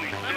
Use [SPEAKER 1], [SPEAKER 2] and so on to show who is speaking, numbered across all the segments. [SPEAKER 1] This
[SPEAKER 2] This
[SPEAKER 1] is
[SPEAKER 2] is
[SPEAKER 1] not-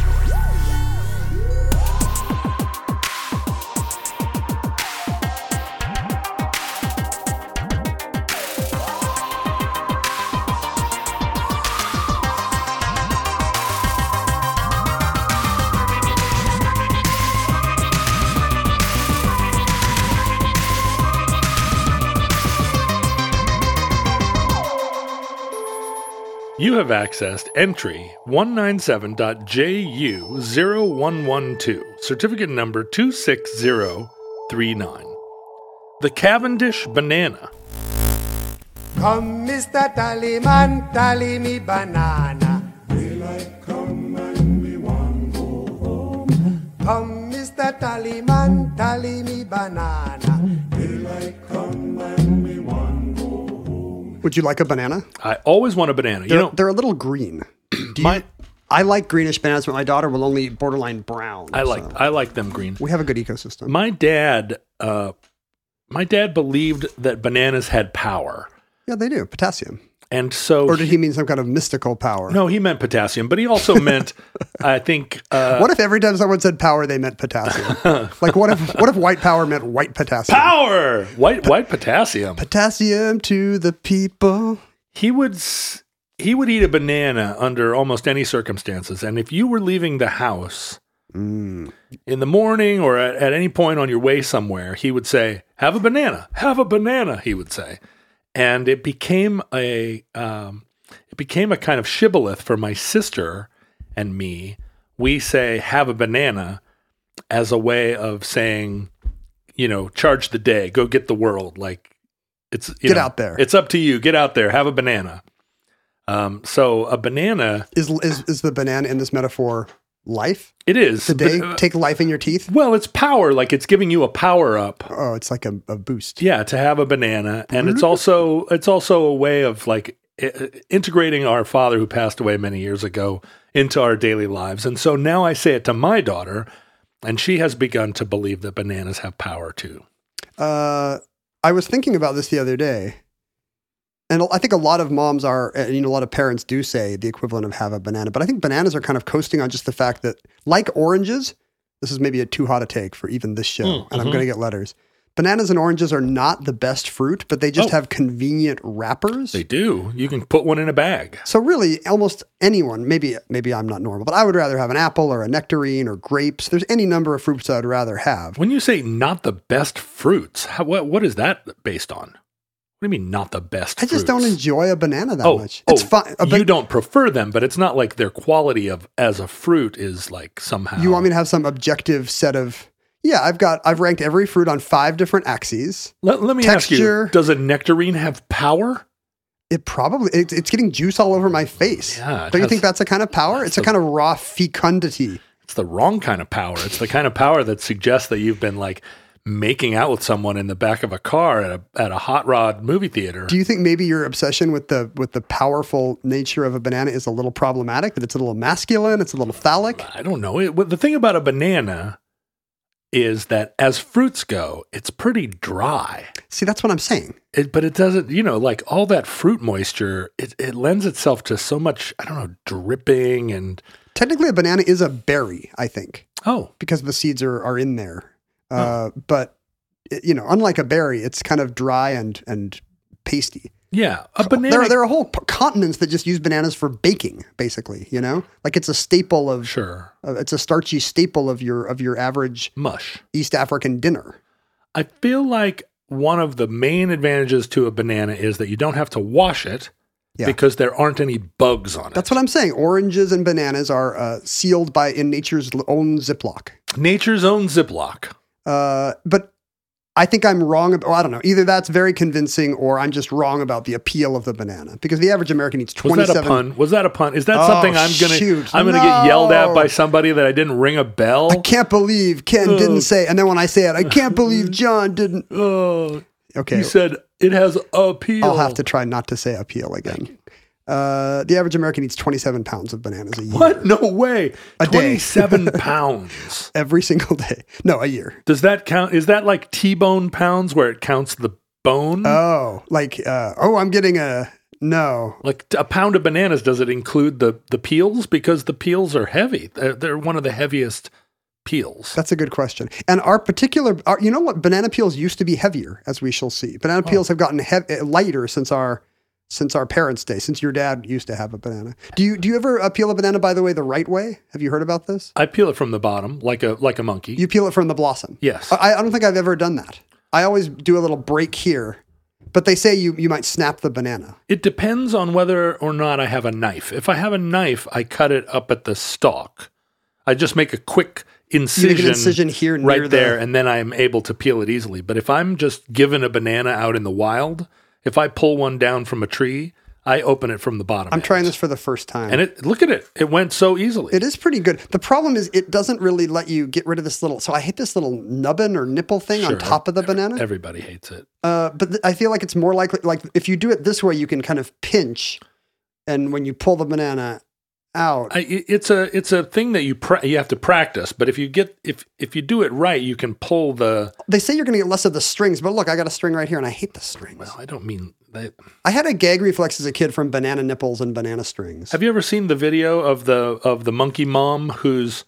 [SPEAKER 3] You have accessed entry 197.JU0112, certificate number 26039. The Cavendish Banana.
[SPEAKER 4] Come, Mr. Tallyman, tally me banana. Daylight come and we want go home. Come, Mr. Tallyman, tally me banana.
[SPEAKER 5] Would you like a banana?
[SPEAKER 3] I always want a banana. You
[SPEAKER 5] They're,
[SPEAKER 3] know,
[SPEAKER 5] they're a little green. Do you, I like greenish bananas, but my daughter will only borderline brown.
[SPEAKER 3] I like
[SPEAKER 5] so.
[SPEAKER 3] I like them green.
[SPEAKER 5] We have a good ecosystem.
[SPEAKER 3] My dad uh my dad believed that bananas had power.
[SPEAKER 5] yeah, they do. Potassium.
[SPEAKER 3] And so
[SPEAKER 5] Or did he mean some kind of mystical power?
[SPEAKER 3] No, he meant potassium, but he also meant I think uh
[SPEAKER 5] What if every time someone said power, they meant potassium? like, what if what if white power meant white potassium?
[SPEAKER 3] power. White white potassium.
[SPEAKER 5] Potassium to the people.
[SPEAKER 3] he would s- he would eat a banana under almost any circumstances and if you were leaving the house in the morning or at, at any point on your way somewhere he would say have a banana have a banana he would say and it became a um, it became a kind of shibboleth for my sister and me we say have a banana as a way of saying you know charge the day go get the world like it's you
[SPEAKER 5] Get
[SPEAKER 3] know,
[SPEAKER 5] out there.
[SPEAKER 3] it's up to you get out there have a banana um, so a banana
[SPEAKER 5] Is, is is the banana in this metaphor life?
[SPEAKER 3] it is
[SPEAKER 5] Today,
[SPEAKER 3] but, uh,
[SPEAKER 5] take life in your teeth.
[SPEAKER 3] well it's power like it's giving you a power up
[SPEAKER 5] Oh, it's like a, a boost.
[SPEAKER 3] yeah to have a banana and it's also it's also a way of like i- integrating our father who passed away many years ago into our daily lives and so now i say it to my daughter and she has begun to believe that bananas have power too
[SPEAKER 5] Uh, I was thinking about this the other day, and I think a lot of moms are, and you know, a lot of parents do say the equivalent of have a banana. But I think bananas are kind of coasting on just the fact that, like oranges, this is maybe a too hot a take for even this
[SPEAKER 3] Mm,
[SPEAKER 5] show, and I'm
[SPEAKER 3] mm-hmm.
[SPEAKER 5] going to get letters. Bananas and oranges are not the best fruit, but they just
[SPEAKER 3] Oh.
[SPEAKER 5] have convenient wrappers.
[SPEAKER 3] they do you can put one in a bag
[SPEAKER 5] So really, almost anyone, maybe maybe I'm not normal, but I would rather have an apple or a nectarine or grapes. There's any number of fruits I'd rather have.
[SPEAKER 3] when you say not the best fruits how, what, what is that based on what do you mean not the best
[SPEAKER 5] I just don't
[SPEAKER 3] fruits?
[SPEAKER 5] enjoy a banana that
[SPEAKER 3] oh,
[SPEAKER 5] much.
[SPEAKER 3] oh,
[SPEAKER 5] It's fine. uh, a
[SPEAKER 3] you
[SPEAKER 5] ba-
[SPEAKER 3] don't prefer them but it's not like their quality of as a fruit is like somehow
[SPEAKER 5] You want me to have some objective set of yeah? I've got I've ranked every fruit on five different axes.
[SPEAKER 3] Let, let me
[SPEAKER 5] Texture.
[SPEAKER 3] ask you: Does a nectarine have power?
[SPEAKER 5] It probably it, it's getting juice all over my face.
[SPEAKER 3] Yeah, it
[SPEAKER 5] don't you
[SPEAKER 3] has-
[SPEAKER 5] think that's a kind of power? It's a kind of raw fecundity.
[SPEAKER 3] It's the wrong kind of power. It's the kind of power that suggests that you've been like making out with someone in the back of a car at a at a hot rod movie theater.
[SPEAKER 5] Do you think maybe your obsession with the with the powerful nature of a banana is a little problematic? That it's a little masculine, it's a little phallic.
[SPEAKER 3] I don't know. It, well, the thing about a banana is that as fruits go, it's pretty dry.
[SPEAKER 5] See, that's what I'm saying.
[SPEAKER 3] It, but it doesn't, you know, like all that fruit moisture, it, it lends itself to so much, I don't know, dripping and
[SPEAKER 5] Technically, a banana is a berry, I think,
[SPEAKER 3] oh,
[SPEAKER 5] because the seeds are, are in there. Uh, But it, you know, unlike a berry, it's kind of dry and and pasty.
[SPEAKER 3] yeah, a banana.
[SPEAKER 5] There are, there are whole p- continents that just use bananas for baking, basically. You know, like it's a staple of
[SPEAKER 3] sure,
[SPEAKER 5] uh, it's a starchy staple of your of your average
[SPEAKER 3] mush.
[SPEAKER 5] East African dinner.
[SPEAKER 3] I feel like one of the main advantages to a banana is that you don't have to wash it
[SPEAKER 5] Yeah.
[SPEAKER 3] because there aren't any bugs on it.
[SPEAKER 5] That's what I'm saying. Oranges and bananas are uh, sealed by in nature's own Ziploc.
[SPEAKER 3] Nature's own Ziploc.
[SPEAKER 5] Uh, but I think I'm wrong. About, well, I don't know. Either that's very convincing, or I'm just wrong about the appeal of the banana because the average American eats
[SPEAKER 3] Was
[SPEAKER 5] 27.
[SPEAKER 3] that a pun? Was that a pun? Is that
[SPEAKER 5] Oh,
[SPEAKER 3] something I'm gonna
[SPEAKER 5] shoot.
[SPEAKER 3] I'm gonna get yelled at
[SPEAKER 5] No.
[SPEAKER 3] by somebody that I didn't ring a bell?
[SPEAKER 5] I can't believe Ken didn't say. And then when I say it, I can't believe John didn't.
[SPEAKER 3] Oh,
[SPEAKER 5] Okay,
[SPEAKER 3] you said it has appeal.
[SPEAKER 5] I'll have to try not to say appeal again. Uh, the average American eats 27 pounds of bananas a year.
[SPEAKER 3] What? No way.
[SPEAKER 5] A day.
[SPEAKER 3] 27 pounds.
[SPEAKER 5] Every single day. No, a year.
[SPEAKER 3] Does that count? Is that like T-bone pounds where it counts the bone?
[SPEAKER 5] Oh, like, uh, oh, I'm getting a. No.
[SPEAKER 3] like a pound of bananas, does it include the, the peels? Because the peels are heavy. They're, they're one of the heaviest peels.
[SPEAKER 5] That's a good question. And our particular, our, you know what? Banana peels used to be heavier, as we shall see.
[SPEAKER 3] Oh.
[SPEAKER 5] Banana peels have gotten heav- uh, lighter since our since our parents' day. Since your dad used to have a banana. Do you do you ever uh, peel a banana? By the way, the right way. Have you heard about this?
[SPEAKER 3] I peel it from the bottom like a like a monkey.
[SPEAKER 5] You peel it from the blossom.
[SPEAKER 3] yes.
[SPEAKER 5] I, I don't think I've ever done that. I always do a little break here, but they say you you might snap the banana.
[SPEAKER 3] It depends on whether or not I have a knife. If I have a knife, I cut it up at the stalk. I just make a quick
[SPEAKER 5] You
[SPEAKER 3] incision,
[SPEAKER 5] make an incision here near
[SPEAKER 3] right
[SPEAKER 5] the-
[SPEAKER 3] there, and then I'm able to peel it easily. But if I'm just given a banana out in the wild, if I pull one down from a tree, I open it from the bottom.
[SPEAKER 5] I'm
[SPEAKER 3] end.
[SPEAKER 5] trying this for the first time.
[SPEAKER 3] and it look at it. It went so easily.
[SPEAKER 5] It is pretty good. The problem is it doesn't really let you get rid of this little. So I hate this little nubbin or nipple thing on
[SPEAKER 3] Sure.
[SPEAKER 5] top of the banana.
[SPEAKER 3] Everybody hates it.
[SPEAKER 5] Uh, but th- I feel like it's more likely. Like if you do it this way, you can kind of pinch, and when you pull the banana out,
[SPEAKER 3] I, it- it's a it's a thing that you pra- you have to practice. But if you get if if you do it right, you can pull the.
[SPEAKER 5] they say you're going to get less of the strings. But look, I got a string right here, and I hate the strings.
[SPEAKER 3] Well, oh, I don't mean that.
[SPEAKER 5] I had a gag reflex as a kid from banana nipples and banana strings.
[SPEAKER 3] Have you ever seen the video of the of the monkey mom who's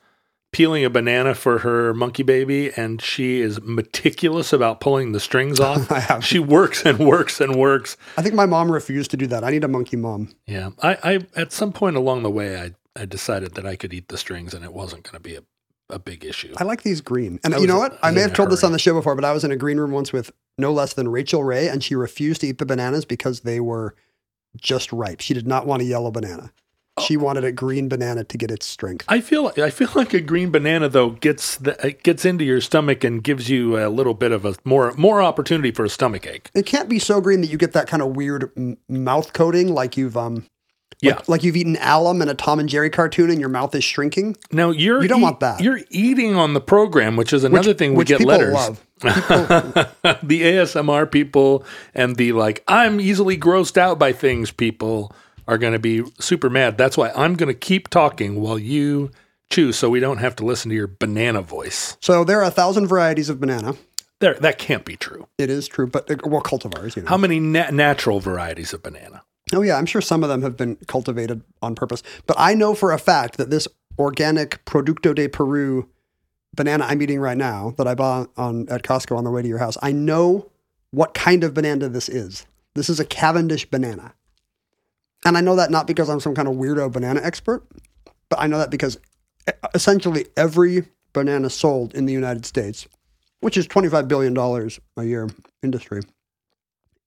[SPEAKER 3] peeling a banana for her monkey baby and she is meticulous about pulling the strings off?
[SPEAKER 5] I haven't.
[SPEAKER 3] She works and works and works.
[SPEAKER 5] I think my mom refused to do that. I need a monkey mom.
[SPEAKER 3] Yeah. I, I at some point along the way I, I decided that I could eat the strings and it wasn't gonna be a, a big issue.
[SPEAKER 5] I like these green. And
[SPEAKER 3] I
[SPEAKER 5] you
[SPEAKER 3] was
[SPEAKER 5] know
[SPEAKER 3] in-
[SPEAKER 5] what?
[SPEAKER 3] I
[SPEAKER 5] I
[SPEAKER 3] was
[SPEAKER 5] may
[SPEAKER 3] in
[SPEAKER 5] have
[SPEAKER 3] a
[SPEAKER 5] told this
[SPEAKER 3] hurry.
[SPEAKER 5] on the show before, but I was in a green room once with no less than Rachel Ray, and she refused to eat the bananas because they were just ripe. She did not want a yellow banana.
[SPEAKER 3] Oh.
[SPEAKER 5] She wanted a green banana to get its strength.
[SPEAKER 3] I feel I feel like a green banana though gets the, it gets into your stomach and gives you a little bit of a more more opportunity for a stomach ache.
[SPEAKER 5] It can't be so green that you get that kind of weird m- mouth coating, like you've um,
[SPEAKER 3] Yeah.
[SPEAKER 5] like you've eaten alum in a Tom and Jerry cartoon, and your mouth is shrinking.
[SPEAKER 3] Now you're
[SPEAKER 5] You don't want that.
[SPEAKER 3] You're eating on the program, which is another thing we
[SPEAKER 5] which
[SPEAKER 3] get
[SPEAKER 5] people
[SPEAKER 3] letters.
[SPEAKER 5] love.
[SPEAKER 3] the ASMR people and the like, I'm easily grossed out by things people are going to be super mad. That's why I'm going to keep talking while you chew so we don't have to listen to your banana voice.
[SPEAKER 5] So there are a thousand varieties of banana.
[SPEAKER 3] There, that can't be true.
[SPEAKER 5] It is true, but uh, well, cultivars. You know.
[SPEAKER 3] How many na- natural varieties of banana?
[SPEAKER 5] Oh yeah, I'm sure some of them have been cultivated on purpose, but I know for a fact that this organic Producto de Peru banana I'm eating right now that I bought on at Costco on the way to your house, I know what kind of banana this is. This is a Cavendish banana. And I know that not because I'm some kind of weirdo banana expert, but I know that because e- essentially every banana sold in the United States, which is 25 billion dollars a year industry,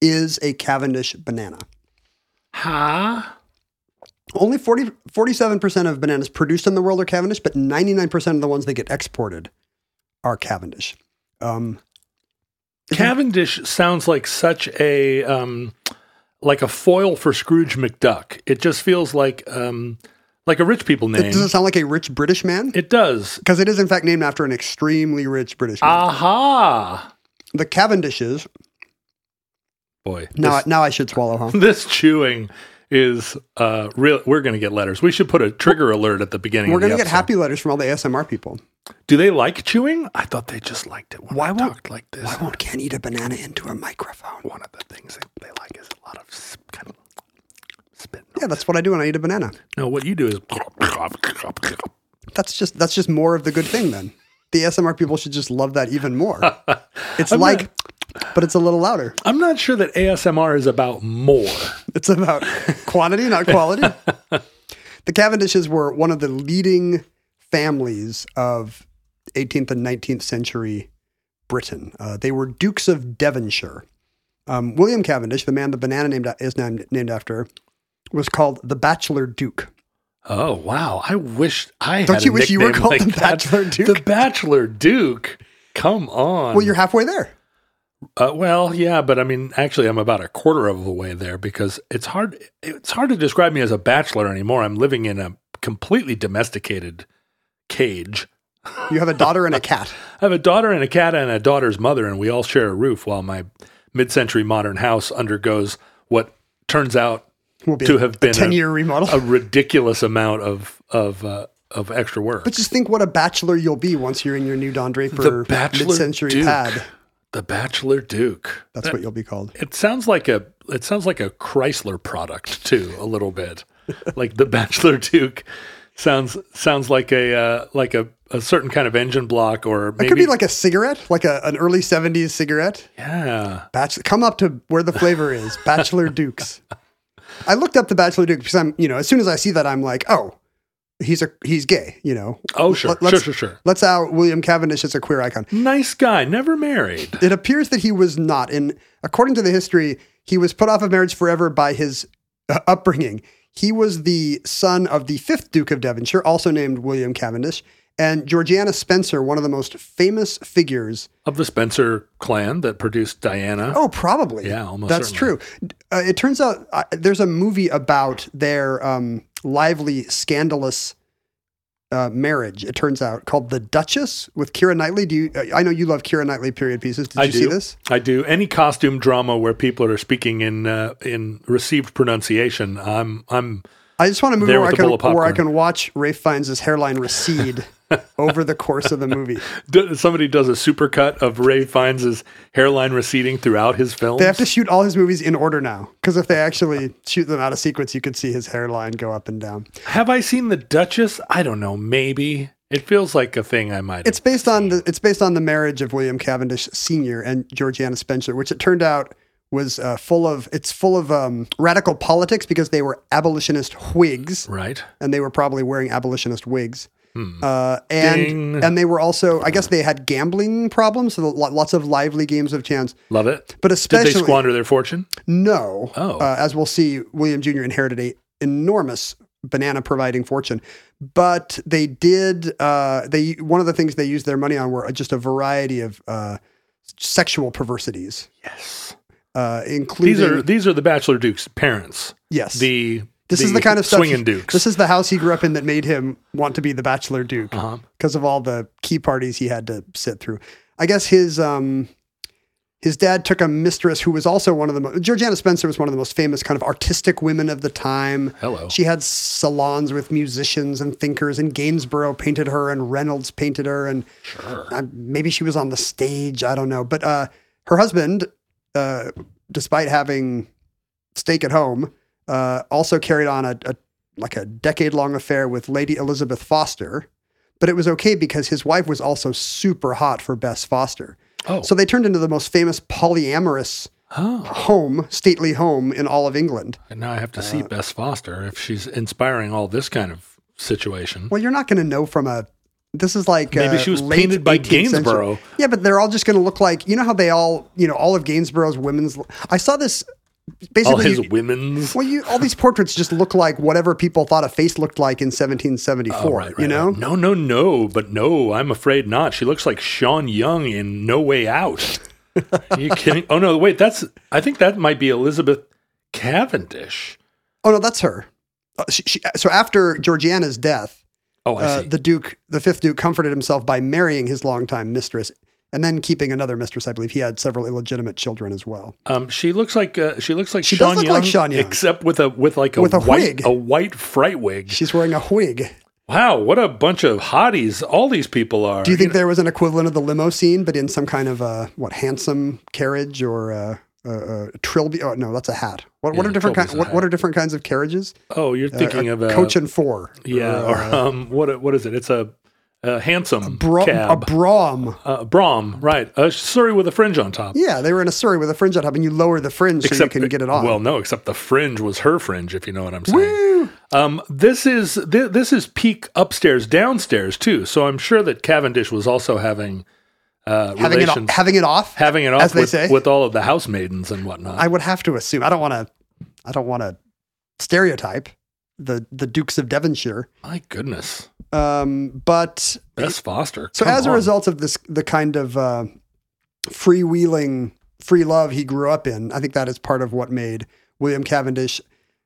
[SPEAKER 5] is a Cavendish banana.
[SPEAKER 3] Huh?
[SPEAKER 5] Only 40, 47% of bananas produced in the world are Cavendish, but 99% of the ones that get exported are Cavendish. Um,
[SPEAKER 3] Cavendish sounds like such a um, like a foil for Scrooge McDuck. It just feels like um, like a rich people name.
[SPEAKER 5] does it sound like a rich British man?
[SPEAKER 3] It does.
[SPEAKER 5] Because it is, in fact, named after an extremely rich British
[SPEAKER 3] Ah.
[SPEAKER 5] man.
[SPEAKER 3] Aha!
[SPEAKER 5] the Cavendishes.
[SPEAKER 3] Boy,
[SPEAKER 5] Now,
[SPEAKER 3] this,
[SPEAKER 5] now I should swallow, huh?
[SPEAKER 3] this chewing is uh real. We're gonna get letters. We should put a trigger alert at the beginning.
[SPEAKER 5] We're
[SPEAKER 3] of the
[SPEAKER 5] going to get
[SPEAKER 3] episode.
[SPEAKER 5] happy letters from all the ASMR people.
[SPEAKER 3] Do they like chewing? I thought they just liked it. When why I talked like this?
[SPEAKER 5] I won't can eat a banana into a microphone.
[SPEAKER 3] One of the things that they like is a lot of s- kind of spit.
[SPEAKER 5] Yeah, that's what I do when I eat a banana.
[SPEAKER 3] No, what you do is.
[SPEAKER 5] That's just that's just more of the good thing then. The ASMR people should just love that even more. It's
[SPEAKER 3] I'm
[SPEAKER 5] like, but it's a little louder.
[SPEAKER 3] I'm not sure that ASMR is about more.
[SPEAKER 5] It's about quantity, not quality. the Cavendishes were one of the leading families of 18th and 19th century Britain. Uh, they were Dukes of Devonshire. Um, William Cavendish, the man the banana named, is named, named after, was called The Bachelor Duke.
[SPEAKER 3] Oh wow! I wish I
[SPEAKER 5] Don't
[SPEAKER 3] had
[SPEAKER 5] you
[SPEAKER 3] a
[SPEAKER 5] wish you were
[SPEAKER 3] nickname
[SPEAKER 5] called
[SPEAKER 3] like
[SPEAKER 5] the
[SPEAKER 3] that.
[SPEAKER 5] Bachelor Duke?
[SPEAKER 3] The Bachelor Duke. Come on.
[SPEAKER 5] Well, you're halfway there.
[SPEAKER 3] Uh, well, yeah, but I mean, actually, I'm about a quarter of the way there because it's hard. It's hard to describe me as a bachelor anymore. I'm living in a completely domesticated cage.
[SPEAKER 5] You have a daughter and a cat.
[SPEAKER 3] I have a daughter and a cat and a daughter's mother, and we all share a roof. While my mid-century modern house undergoes what turns out
[SPEAKER 5] Will be
[SPEAKER 3] To
[SPEAKER 5] a-
[SPEAKER 3] have
[SPEAKER 5] a
[SPEAKER 3] been a-
[SPEAKER 5] ten-year remodel.
[SPEAKER 3] a ridiculous amount of of uh, of extra work.
[SPEAKER 5] but just think what a bachelor you'll be once you're in your new Don Draper mid-century
[SPEAKER 3] Duke.
[SPEAKER 5] pad.
[SPEAKER 3] The Bachelor Duke.
[SPEAKER 5] That's what you'll be called.
[SPEAKER 3] It sounds like a it sounds like a Chrysler product too, a little bit. like the Bachelor Duke sounds sounds like a uh, like a, a certain kind of engine block or maybe
[SPEAKER 5] It could be like a cigarette, like a, an early 70s cigarette.
[SPEAKER 3] yeah.
[SPEAKER 5] Bachelor, come up to where the flavor is. Bachelor Dukes. I looked up the Bachelor Duke because I'm, you know, as soon as I see that, I'm like, oh, he's a he's gay. You know,
[SPEAKER 3] Oh sure,
[SPEAKER 5] Let- let's-
[SPEAKER 3] sure, sure, sure.
[SPEAKER 5] let's out William Cavendish is a queer icon.
[SPEAKER 3] Nice guy, never married.
[SPEAKER 5] It appears that he was not, and according to the history, he was put off of marriage forever by his uh, upbringing. He was the son of the fifth Duke of Devonshire, also named William Cavendish, and Georgiana Spencer, one of the most famous figures
[SPEAKER 3] Of the Spencer clan that produced Diana.
[SPEAKER 5] Oh, probably.
[SPEAKER 3] Yeah, almost
[SPEAKER 5] That's
[SPEAKER 3] certainly.
[SPEAKER 5] true. Uh, it turns out uh, there's a movie about their um, lively, scandalous uh, marriage. It turns out called The Duchess with Kira Knightley. Do you? Uh, I know you love Kira Knightley period pieces. Did
[SPEAKER 3] I
[SPEAKER 5] you
[SPEAKER 3] do.
[SPEAKER 5] see this?
[SPEAKER 3] I do. Any costume drama where people are speaking in uh, in received pronunciation, I'm I'm
[SPEAKER 5] I just want to move
[SPEAKER 3] There
[SPEAKER 5] where I
[SPEAKER 3] with a
[SPEAKER 5] can
[SPEAKER 3] bowl of
[SPEAKER 5] where I
[SPEAKER 3] popcorn.
[SPEAKER 5] can watch Rafe finds his hairline recede over the course of the movie.
[SPEAKER 3] D- somebody does a supercut of Ray finds his hairline receding throughout his films.
[SPEAKER 5] They have to shoot all his movies in order now because if they actually shoot them out of sequence, you could see his hairline go up and down.
[SPEAKER 3] Have I seen the Duchess? I don't know. Maybe it feels like a thing I might.
[SPEAKER 5] It's based on the it's based on the marriage of William Cavendish Sr. and Georgiana Spencer, which it turned out was uh, full of it's full of um, radical politics because they were abolitionist Whigs
[SPEAKER 3] right. Hmm.
[SPEAKER 5] and they were probably wearing abolitionist wigs. Uh, and
[SPEAKER 3] Ding.
[SPEAKER 5] and they were also I guess they had gambling problems, so lo- lots of lively games of chance.
[SPEAKER 3] Love it.
[SPEAKER 5] But
[SPEAKER 3] Did they
[SPEAKER 5] especially
[SPEAKER 3] squander their fortune?
[SPEAKER 5] no,
[SPEAKER 3] Oh.
[SPEAKER 5] uh, as we'll see, William Jr. inherited a enormous banana providing fortune, but they did. Uh, they one of the things they used their money on were just a variety of uh, sexual perversities,
[SPEAKER 3] Yes.
[SPEAKER 5] uh, including
[SPEAKER 3] These are these are the Bachelor Duke's parents.
[SPEAKER 5] yes.
[SPEAKER 3] The
[SPEAKER 5] this is the kind of stuff.
[SPEAKER 3] swinging Dukes.
[SPEAKER 5] This is the house he grew up in that made him want to be the bachelor duke
[SPEAKER 3] Uh-huh.
[SPEAKER 5] because of all the key parties he had to sit through. I guess his um his dad took a mistress who was also one of the mo- Georgiana Spencer was one of the most famous kind of artistic women of the time.
[SPEAKER 3] Hello.
[SPEAKER 5] She had salons with musicians and thinkers, and Gainsborough painted her, and Reynolds painted her, and uh, maybe she was on the stage. I don't know, but uh, her husband, uh, despite having steak at home, uh, also carried on a, a like a decade long affair with Lady Elizabeth Foster. But it was okay because his wife was also super hot for Bess Foster.
[SPEAKER 3] oh.
[SPEAKER 5] So they turned into the most famous polyamorous
[SPEAKER 3] oh.
[SPEAKER 5] home, stately home in all of England.
[SPEAKER 3] And now I have to see
[SPEAKER 5] Uh.
[SPEAKER 3] Bess Foster if she's inspiring all this kind of situation.
[SPEAKER 5] Well, you're not going to know from a. This is like
[SPEAKER 3] Maybe
[SPEAKER 5] uh,
[SPEAKER 3] she was
[SPEAKER 5] late
[SPEAKER 3] painted by
[SPEAKER 5] 18th century.
[SPEAKER 3] Gainsborough.
[SPEAKER 5] Yeah, but they're all just going to look like you know how they all you know all of Gainsborough's women's. I saw this basically.
[SPEAKER 3] all his
[SPEAKER 5] you-
[SPEAKER 3] women's.
[SPEAKER 5] well, you all these portraits just look like whatever people thought a face looked like in 1774.
[SPEAKER 3] Oh, right, right,
[SPEAKER 5] you know,
[SPEAKER 3] right. No, no, no, but no, I'm afraid not. She looks like Sean Young in No Way Out. Are you kidding? Oh no, wait, that's I think that might be Elizabeth Cavendish.
[SPEAKER 5] oh no, that's her. Uh, she, she, so after Georgiana's death,
[SPEAKER 3] Oh, I
[SPEAKER 5] uh,
[SPEAKER 3] see.
[SPEAKER 5] the Duke, the fifth Duke, comforted himself by marrying his longtime mistress and then keeping another mistress. I believe he had several illegitimate children as well.
[SPEAKER 3] um, she looks like uh, she looks like
[SPEAKER 5] She does
[SPEAKER 3] Sean,
[SPEAKER 5] look
[SPEAKER 3] Young,
[SPEAKER 5] like Sean Young.
[SPEAKER 3] except with a with like a
[SPEAKER 5] With a
[SPEAKER 3] white
[SPEAKER 5] wig.
[SPEAKER 3] a white fright wig.
[SPEAKER 5] She's wearing a wig.
[SPEAKER 3] Wow, what a bunch of hotties all these people are.
[SPEAKER 5] Do you think there was an equivalent of the limo scene, but in some kind of uh, what handsome carriage or uh, uh, uh, trilby? Oh no, that's a hat. What, what
[SPEAKER 3] Yeah,
[SPEAKER 5] are different
[SPEAKER 3] trilby's
[SPEAKER 5] kinds?
[SPEAKER 3] a
[SPEAKER 5] What,
[SPEAKER 3] hat.
[SPEAKER 5] what are different kinds of carriages?
[SPEAKER 3] Oh, you're
[SPEAKER 5] Uh,
[SPEAKER 3] thinking
[SPEAKER 5] a
[SPEAKER 3] of a
[SPEAKER 5] coach and four.
[SPEAKER 3] yeah,
[SPEAKER 5] or,
[SPEAKER 3] or
[SPEAKER 5] uh,
[SPEAKER 3] um, what what is it? It's a, a handsome
[SPEAKER 5] bro- a
[SPEAKER 3] cab.
[SPEAKER 5] brougham.
[SPEAKER 3] uh, Brom, right? A Surrey with a fringe on top.
[SPEAKER 5] Yeah, they were in a Surrey with a fringe on top, and you lower the fringe so you can
[SPEAKER 3] the-
[SPEAKER 5] get it on.
[SPEAKER 3] Well, no, except the fringe was her fringe, if you know what I'm saying. Um, this is thi- this is peak upstairs downstairs too. So I'm sure that Cavendish was also having uh,
[SPEAKER 5] having it
[SPEAKER 3] relations,
[SPEAKER 5] it having it off,
[SPEAKER 3] having it off
[SPEAKER 5] as they
[SPEAKER 3] with,
[SPEAKER 5] say.
[SPEAKER 3] with all of the housemaidens and whatnot.
[SPEAKER 5] I would have to assume. I don't want to. I don't want to stereotype, the the Dukes of Devonshire.
[SPEAKER 3] My goodness.
[SPEAKER 5] Um, but
[SPEAKER 3] Bess Foster.
[SPEAKER 5] so
[SPEAKER 3] Come
[SPEAKER 5] as a
[SPEAKER 3] on.
[SPEAKER 5] result of this, the kind of uh, freewheeling, free love he grew up in, I think that is part of what made William Cavendish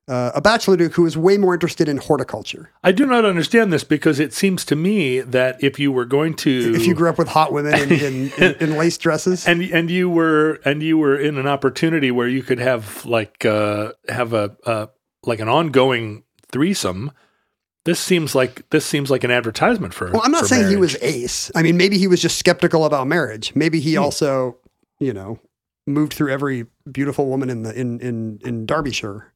[SPEAKER 5] uh, a bachelor duke who was way more interested in horticulture.
[SPEAKER 3] I do not understand this because it seems to me that if you were going to
[SPEAKER 5] If you grew up with hot women in, in, in, in lace dresses,
[SPEAKER 3] and and you were and you were in an opportunity where you could have like uh have a uh like an ongoing threesome this seems like this seems like an advertisement for
[SPEAKER 5] well, I'm not
[SPEAKER 3] for
[SPEAKER 5] saying he
[SPEAKER 3] marriage. Hmm.
[SPEAKER 5] was ace. I mean, maybe he was just skeptical about marriage. Maybe he also, you know, moved through every beautiful woman in the in in in Derbyshire.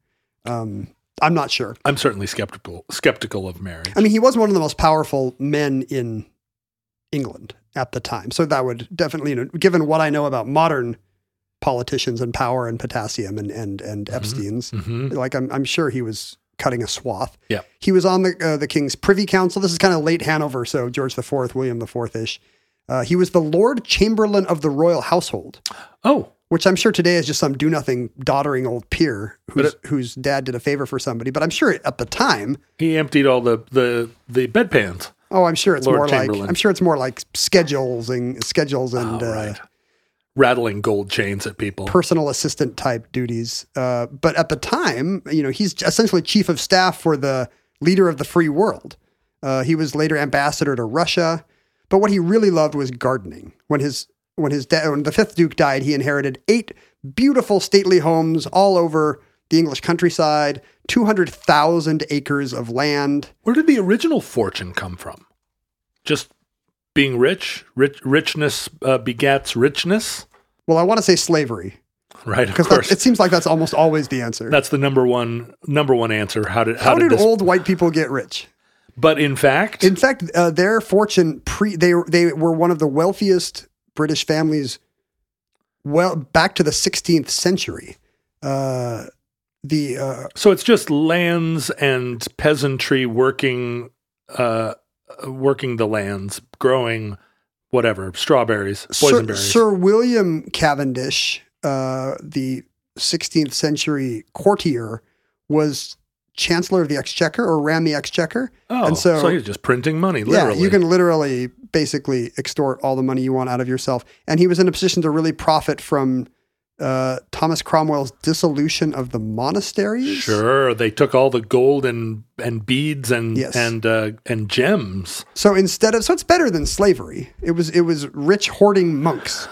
[SPEAKER 5] Um, I'm not sure.
[SPEAKER 3] I'm certainly skeptical skeptical of marriage
[SPEAKER 5] I mean, he was one of the most powerful men in England at the time. So that would definitely, you know, given what I know about modern politicians and power and potassium and and and Epstein's,
[SPEAKER 3] Mhm.
[SPEAKER 5] like I'm I'm sure he was cutting a swath.
[SPEAKER 3] Yeah.
[SPEAKER 5] he was on the uh, the king's privy council. This is kind of late Hanover, so George IV, William IV ish. Uh, he was the Lord Chamberlain of the royal household,
[SPEAKER 3] oh
[SPEAKER 5] which I'm sure today is just some do nothing, doddering old peer whose, whose dad did a favor for somebody. But I'm sure at the time,
[SPEAKER 3] he emptied all the the the bedpans
[SPEAKER 5] Oh, I'm sure it's
[SPEAKER 3] Lord
[SPEAKER 5] more like
[SPEAKER 3] Chamberlain.
[SPEAKER 5] I'm sure it's more like schedules and schedules and
[SPEAKER 3] oh,
[SPEAKER 5] uh,
[SPEAKER 3] right rattling gold chains at people
[SPEAKER 5] personal assistant type duties. Uh, but at the time, you know, he's essentially chief of staff for the leader of the free world. Uh, he was later ambassador to Russia, but what he really loved was gardening. When his when his da- when the fifth duke died, he inherited eight beautiful stately homes all over the English countryside, two hundred thousand acres of land.
[SPEAKER 3] where did the original fortune come from just being rich rich richness uh, begats richness
[SPEAKER 5] Well, I want to say slavery
[SPEAKER 3] right of
[SPEAKER 5] because
[SPEAKER 3] course
[SPEAKER 5] it seems like that's almost always the answer.
[SPEAKER 3] That's the number one number one answer. How did how,
[SPEAKER 5] How
[SPEAKER 3] did,
[SPEAKER 5] did
[SPEAKER 3] this?
[SPEAKER 5] old white people get rich?
[SPEAKER 3] but in fact,
[SPEAKER 5] In fact, uh, their fortune pre they they were one of the wealthiest British families. Well, back to the 16th century, uh, the uh,
[SPEAKER 3] so it's just lands and peasantry working, uh, working the lands, growing whatever strawberries,
[SPEAKER 5] Sir,
[SPEAKER 3] boysenberries.
[SPEAKER 5] Sir William Cavendish, uh, the 16th century courtier, was Chancellor of the Exchequer or ran the Exchequer.
[SPEAKER 3] oh,
[SPEAKER 5] and
[SPEAKER 3] so,
[SPEAKER 5] so-
[SPEAKER 3] he's just printing money, literally.
[SPEAKER 5] Yeah, you can literally basically extort all the money you want out of yourself. And he was in a position to really profit from uh, Thomas Cromwell's dissolution of the monasteries.
[SPEAKER 3] sure. They took all the gold and and beads and
[SPEAKER 5] Yes.
[SPEAKER 3] and uh, and gems.
[SPEAKER 5] So instead of so it's better than slavery. It was it was rich hoarding monks.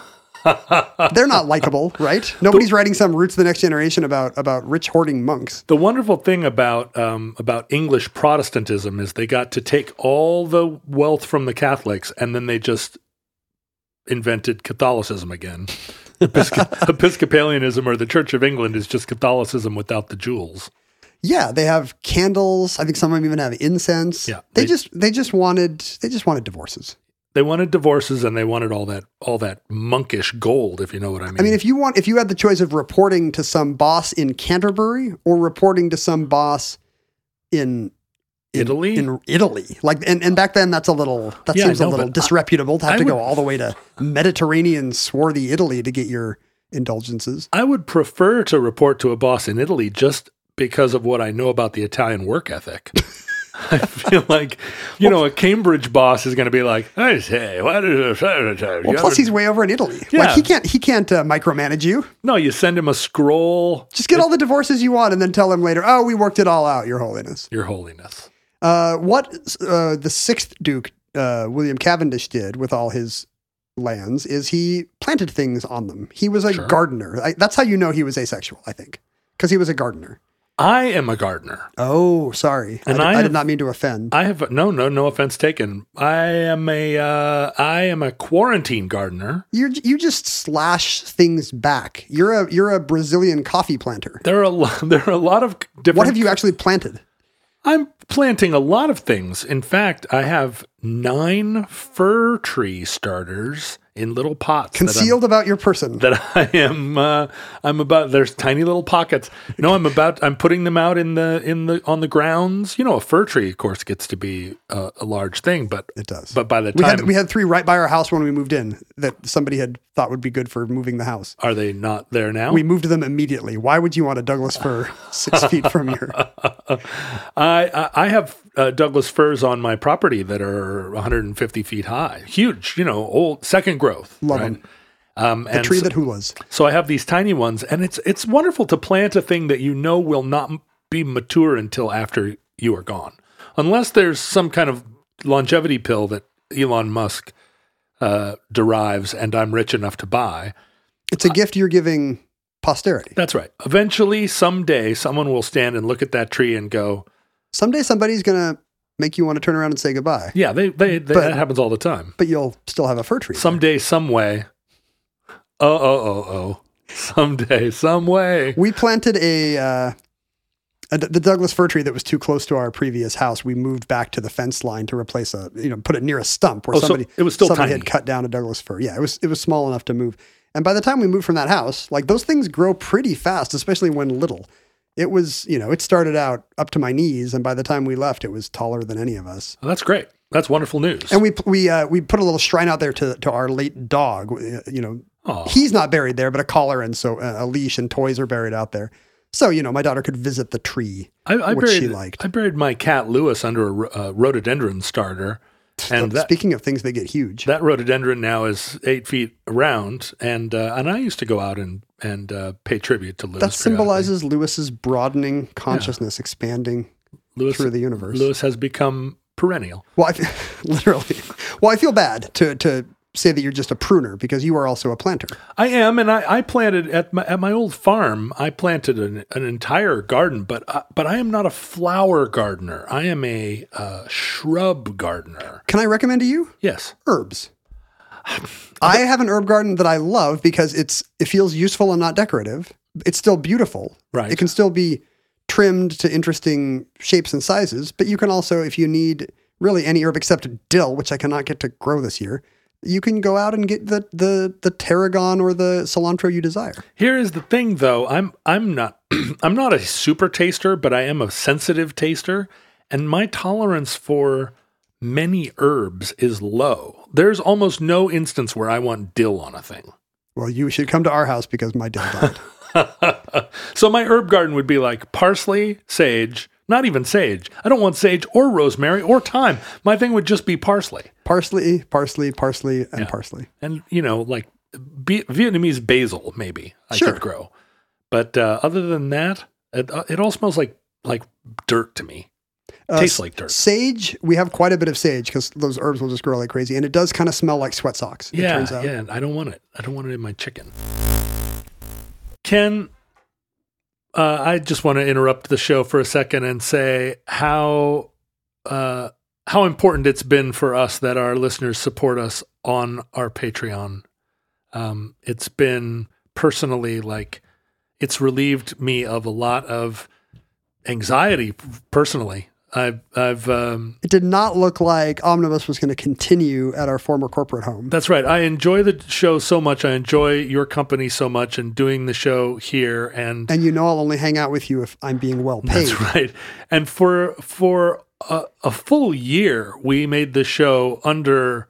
[SPEAKER 5] They're not likable, right? Nobody's writing some roots of the next generation about about rich hoarding monks.
[SPEAKER 3] The wonderful thing about um, about English Protestantism is they got to take all the wealth from the Catholics, and then they just invented Catholicism again. Episco- Episcopalianism or the Church of England is just Catholicism without the jewels.
[SPEAKER 5] Yeah, they have candles. I think some of them even have incense.
[SPEAKER 3] Yeah,
[SPEAKER 5] they,
[SPEAKER 3] they-
[SPEAKER 5] just they just wanted they just wanted divorces.
[SPEAKER 3] They wanted divorces, and they wanted all that all that monkish gold, if you know what I mean.
[SPEAKER 5] I mean, if you want, if you had the choice of reporting to some boss in Canterbury or reporting to some boss in in-
[SPEAKER 3] Italy?
[SPEAKER 5] in Italy, like, and, and back then that's a little that
[SPEAKER 3] Yeah, I
[SPEAKER 5] seems a
[SPEAKER 3] know,
[SPEAKER 5] little
[SPEAKER 3] but I-
[SPEAKER 5] disreputable to have
[SPEAKER 3] I
[SPEAKER 5] to go
[SPEAKER 3] would-
[SPEAKER 5] all the way to Mediterranean swarthy Italy to get your indulgences.
[SPEAKER 3] I would prefer to report to a boss in Italy just because of what I know about the Italian work ethic. I feel like, you know, a Cambridge boss is going to be like, I say, what is
[SPEAKER 5] Well, plus he's way over in Italy. Like
[SPEAKER 3] Yeah.
[SPEAKER 5] he can't he can't uh, micromanage you.
[SPEAKER 3] No, you send him a scroll,
[SPEAKER 5] Just get all the divorces you want, and then tell him later. Oh, we worked it all out, Your Holiness.
[SPEAKER 3] Your Holiness.
[SPEAKER 5] Uh, what uh, the sixth Duke, uh, William Cavendish, did with all his lands is he planted things on them. He was a
[SPEAKER 3] Sure.
[SPEAKER 5] gardener. I, that's how you know he was asexual, I think, because he was a gardener.
[SPEAKER 3] I am a gardener.
[SPEAKER 5] Oh, sorry.
[SPEAKER 3] And
[SPEAKER 5] I,
[SPEAKER 3] I
[SPEAKER 5] did, I
[SPEAKER 3] have-
[SPEAKER 5] did not mean to offend.
[SPEAKER 3] I have no, no, no offense taken. I am a, uh, I am a quarantine gardener.
[SPEAKER 5] you you just slash things back. You're a you're a Brazilian coffee planter.
[SPEAKER 3] There are a lot, there are a lot of different.
[SPEAKER 5] What have you actually planted?
[SPEAKER 3] I'm planting a lot of things. In fact, I have nine fir tree starters in little pots. that I'm-
[SPEAKER 5] Concealed about your person.
[SPEAKER 3] that I am uh, I'm about there's tiny little pockets. No, I'm about I'm putting them out in the in the on the grounds. You know, a fir tree of course gets to be a, a large thing, but
[SPEAKER 5] it does.
[SPEAKER 3] but by the
[SPEAKER 5] we
[SPEAKER 3] time
[SPEAKER 5] had we had three right by our house when we moved in that somebody had thought would be good for moving the house.
[SPEAKER 3] are they not there now?
[SPEAKER 5] We moved them immediately. Why would you want a Douglas fir six feet from your?
[SPEAKER 3] I I I have uh, Douglas firs on my property that are 150 feet high, huge. You know, old second growth.
[SPEAKER 5] Love
[SPEAKER 3] right?
[SPEAKER 5] 'em.
[SPEAKER 3] Um,
[SPEAKER 5] The
[SPEAKER 3] and
[SPEAKER 5] tree
[SPEAKER 3] so-
[SPEAKER 5] that hulas.
[SPEAKER 3] So I have these tiny ones, and it's it's wonderful to plant a thing that you know will not m- be mature until after you are gone, unless there's some kind of longevity pill that Elon Musk uh, derives, and I'm rich enough to buy.
[SPEAKER 5] It's a gift you're giving posterity.
[SPEAKER 3] That's right. Eventually, someday, someone will stand and look at that tree and go,
[SPEAKER 5] Someday somebody's gonna make you want to turn around and say goodbye,
[SPEAKER 3] "Yeah, they they, they
[SPEAKER 5] But-
[SPEAKER 3] that happens all the time."
[SPEAKER 5] but you'll still have a fir tree.
[SPEAKER 3] Someday, some way. Oh oh oh oh. Someday, some way.
[SPEAKER 5] we planted a, uh, a the Douglas fir tree that was too close to our previous house. We moved back to the fence line to replace a you know put it near a stump where
[SPEAKER 3] Oh, so
[SPEAKER 5] somebody
[SPEAKER 3] it was still
[SPEAKER 5] somebody
[SPEAKER 3] tiny.
[SPEAKER 5] had cut down a Douglas fir. Yeah, it was it was small enough to move. And by the time we moved from that house, like those things grow pretty fast, especially when little. It was you know it started out up to my knees, and by the time we left, it was taller than any of us.
[SPEAKER 3] Well, that's great. That's wonderful news.
[SPEAKER 5] And we we uh, we put a little shrine out there to to our late dog. uh, You know,
[SPEAKER 3] Aw.
[SPEAKER 5] he's not buried there, but a collar and so uh, a leash and toys are buried out there. So you know, my daughter could visit the tree.
[SPEAKER 3] I, I
[SPEAKER 5] what
[SPEAKER 3] buried,
[SPEAKER 5] she liked.
[SPEAKER 3] I buried my cat Lewis under a ro- uh, rhododendron starter, and that,
[SPEAKER 5] Speaking of things that get huge,
[SPEAKER 3] that rhododendron now is eight feet around. And uh, and I used to go out and and uh, pay tribute to Lewis.
[SPEAKER 5] that
[SPEAKER 3] periodically.
[SPEAKER 5] symbolizes Lewis's broadening consciousness, expanding
[SPEAKER 3] Lewis
[SPEAKER 5] through the universe.
[SPEAKER 3] Lewis has become perennial.
[SPEAKER 5] Well, I, fe- literally. Well, I feel bad to to say that you're just a pruner because you are also a planter.
[SPEAKER 3] I am, and I, I planted at my at my old farm. I planted an, an entire garden, but uh, but I am not a flower gardener. I am a uh, shrub gardener.
[SPEAKER 5] Can I recommend to you?
[SPEAKER 3] Yes.
[SPEAKER 5] herbs. I have an herb garden that I love because it's it feels useful and not decorative. It's still beautiful.
[SPEAKER 3] Right.
[SPEAKER 5] It can still be trimmed to interesting shapes and sizes, but you can also, if you need really any herb except dill, which I cannot get to grow this year, you can go out and get the the the tarragon or the cilantro you desire.
[SPEAKER 3] Here is the thing though, I'm I'm not I'm not a super taster, but I am a sensitive taster and my tolerance for many herbs is low. There's almost no instance where I want dill on a thing.
[SPEAKER 5] Well, you should come to our house because my dill died.
[SPEAKER 3] so my herb garden would be like parsley, sage, not even sage. I don't want sage or rosemary or thyme. My thing would just be parsley.
[SPEAKER 5] parsley, parsley, parsley, and parsley.
[SPEAKER 3] and you know, like B- Vietnamese basil, maybe I
[SPEAKER 5] Sure.
[SPEAKER 3] could grow. But uh, other than that, it, uh, it all smells like like dirt to me.
[SPEAKER 5] Uh,
[SPEAKER 3] Tastes like dirt.
[SPEAKER 5] Sage, we have quite a bit of sage because those herbs will just grow like crazy, and it does kind of smell like sweat socks. it
[SPEAKER 3] Yeah,
[SPEAKER 5] turns out.
[SPEAKER 3] yeah. and I don't want it. I don't want it in my chicken. Ken, uh, I just want to interrupt the show for a second and say how uh, how important it's been for us that our listeners support us on our Patreon. Um, it's been personally like it's relieved me of a lot of anxiety personally. I've I've um,
[SPEAKER 5] It did not look like Omnibus was going to continue at our former corporate home.
[SPEAKER 3] That's right. I enjoy the show so much. I enjoy your company so much and doing the show here and,
[SPEAKER 5] and you know I'll only hang out with you if I'm being well paid.
[SPEAKER 3] that's right. And for for a, a full year we made the show under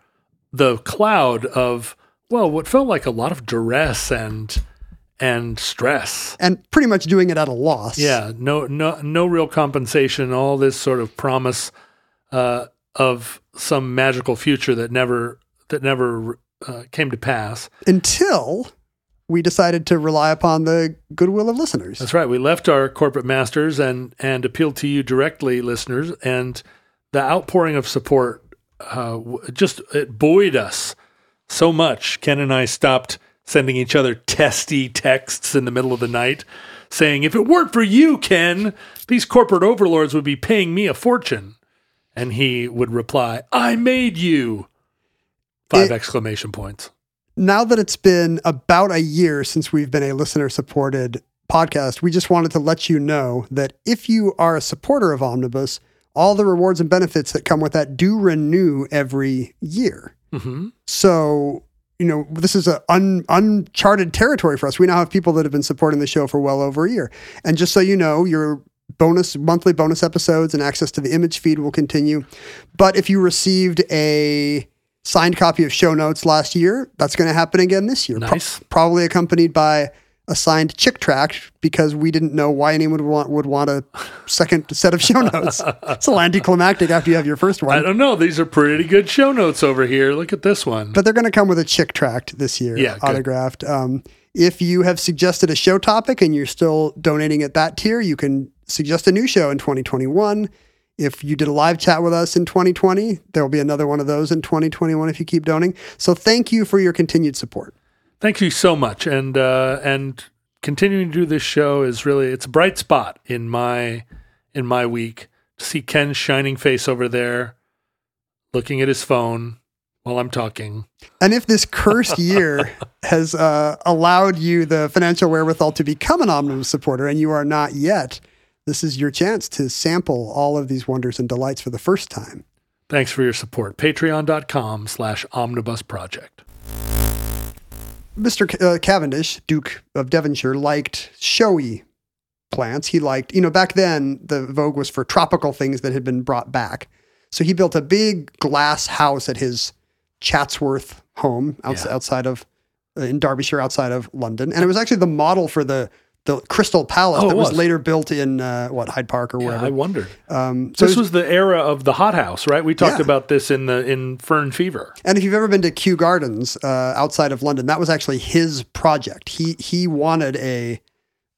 [SPEAKER 3] the cloud of well what felt like a lot of duress and and stress.
[SPEAKER 5] And pretty much doing it at a loss.
[SPEAKER 3] Yeah, no, no, no real compensation. All this sort of promise uh, of some magical future that never that never uh, came to pass.
[SPEAKER 5] Until we decided to rely upon the goodwill of listeners.
[SPEAKER 3] That's right. We left our corporate masters and and appealed to you directly, listeners, and the outpouring of support uh, w- just it buoyed us so much. Ken and I stopped sending each other testy texts in the middle of the night, saying, "If it weren't for you, Ken, these corporate overlords would be paying me a fortune." And he would reply, "I made you." Five
[SPEAKER 5] It-
[SPEAKER 3] exclamation points.
[SPEAKER 5] now that it's been about a year since we've been a listener supported podcast, we just wanted to let you know that if you are a supporter of Omnibus, all the rewards and benefits that come with that do renew every year.
[SPEAKER 3] hmm
[SPEAKER 5] So, you know, this is a un, uncharted territory for us. We now have people that have been supporting the show for well over a year. And just so you know, your bonus monthly bonus episodes and access to the image feed will continue. But if you received a signed copy of show notes last year, that's going to happen again this year. Pro-
[SPEAKER 3] Nice.
[SPEAKER 5] probably accompanied by a signed chick track because we didn't know why anyone would want would want a second set of show notes. it's a little anticlimactic after you have your first
[SPEAKER 3] I
[SPEAKER 5] one.
[SPEAKER 3] don't know. These are pretty good show notes over here. Look at this one.
[SPEAKER 5] But they're going to come with a chick tract this year,
[SPEAKER 3] Yeah, good.
[SPEAKER 5] autographed. Um, if you have suggested a show topic and you're still donating at that tier, you can suggest a new show in 2021. If you did a live chat with us in 2020, there will be another one of those in 2021 if you keep donating. So thank you for your continued support.
[SPEAKER 3] Thank you so much, and uh, and continuing to do this show is really it's a bright spot in my in my week. To see Ken's shining face over there, looking at his phone while I'm talking.
[SPEAKER 5] And if this cursed year has uh, allowed you the financial wherewithal to become an Omnibus supporter and you are not yet, this is your chance to sample all of these wonders and delights for the first time.
[SPEAKER 3] Thanks for your support. Patreon.com/slash Omnibus Project.
[SPEAKER 5] Mr. C- uh, Cavendish, Duke of Devonshire, liked showy plants. He liked, you know, back then the vogue was for tropical things that had been brought back. So he built a big glass house at his Chatsworth home outs-
[SPEAKER 3] Yeah.
[SPEAKER 5] outside of uh, in Derbyshire, outside of London, and it was actually the model for the the Crystal Palace
[SPEAKER 3] Oh, it
[SPEAKER 5] that was.
[SPEAKER 3] was.
[SPEAKER 5] later built in uh, what Hyde Park or
[SPEAKER 3] Yeah, I
[SPEAKER 5] wherever.
[SPEAKER 3] wondered.
[SPEAKER 5] um, so
[SPEAKER 3] this
[SPEAKER 5] it was-
[SPEAKER 3] was the era of the hothouse, right? We talked
[SPEAKER 5] Yeah.
[SPEAKER 3] about this in the in Fern Fever.
[SPEAKER 5] And if you've ever been to Kew Gardens uh, outside of London, that was actually his project. He he wanted a,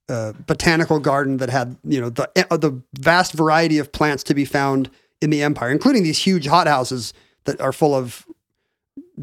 [SPEAKER 5] uh botanical garden that had you know the uh, the vast variety of plants to be found in the empire, including these huge hothouses that are full of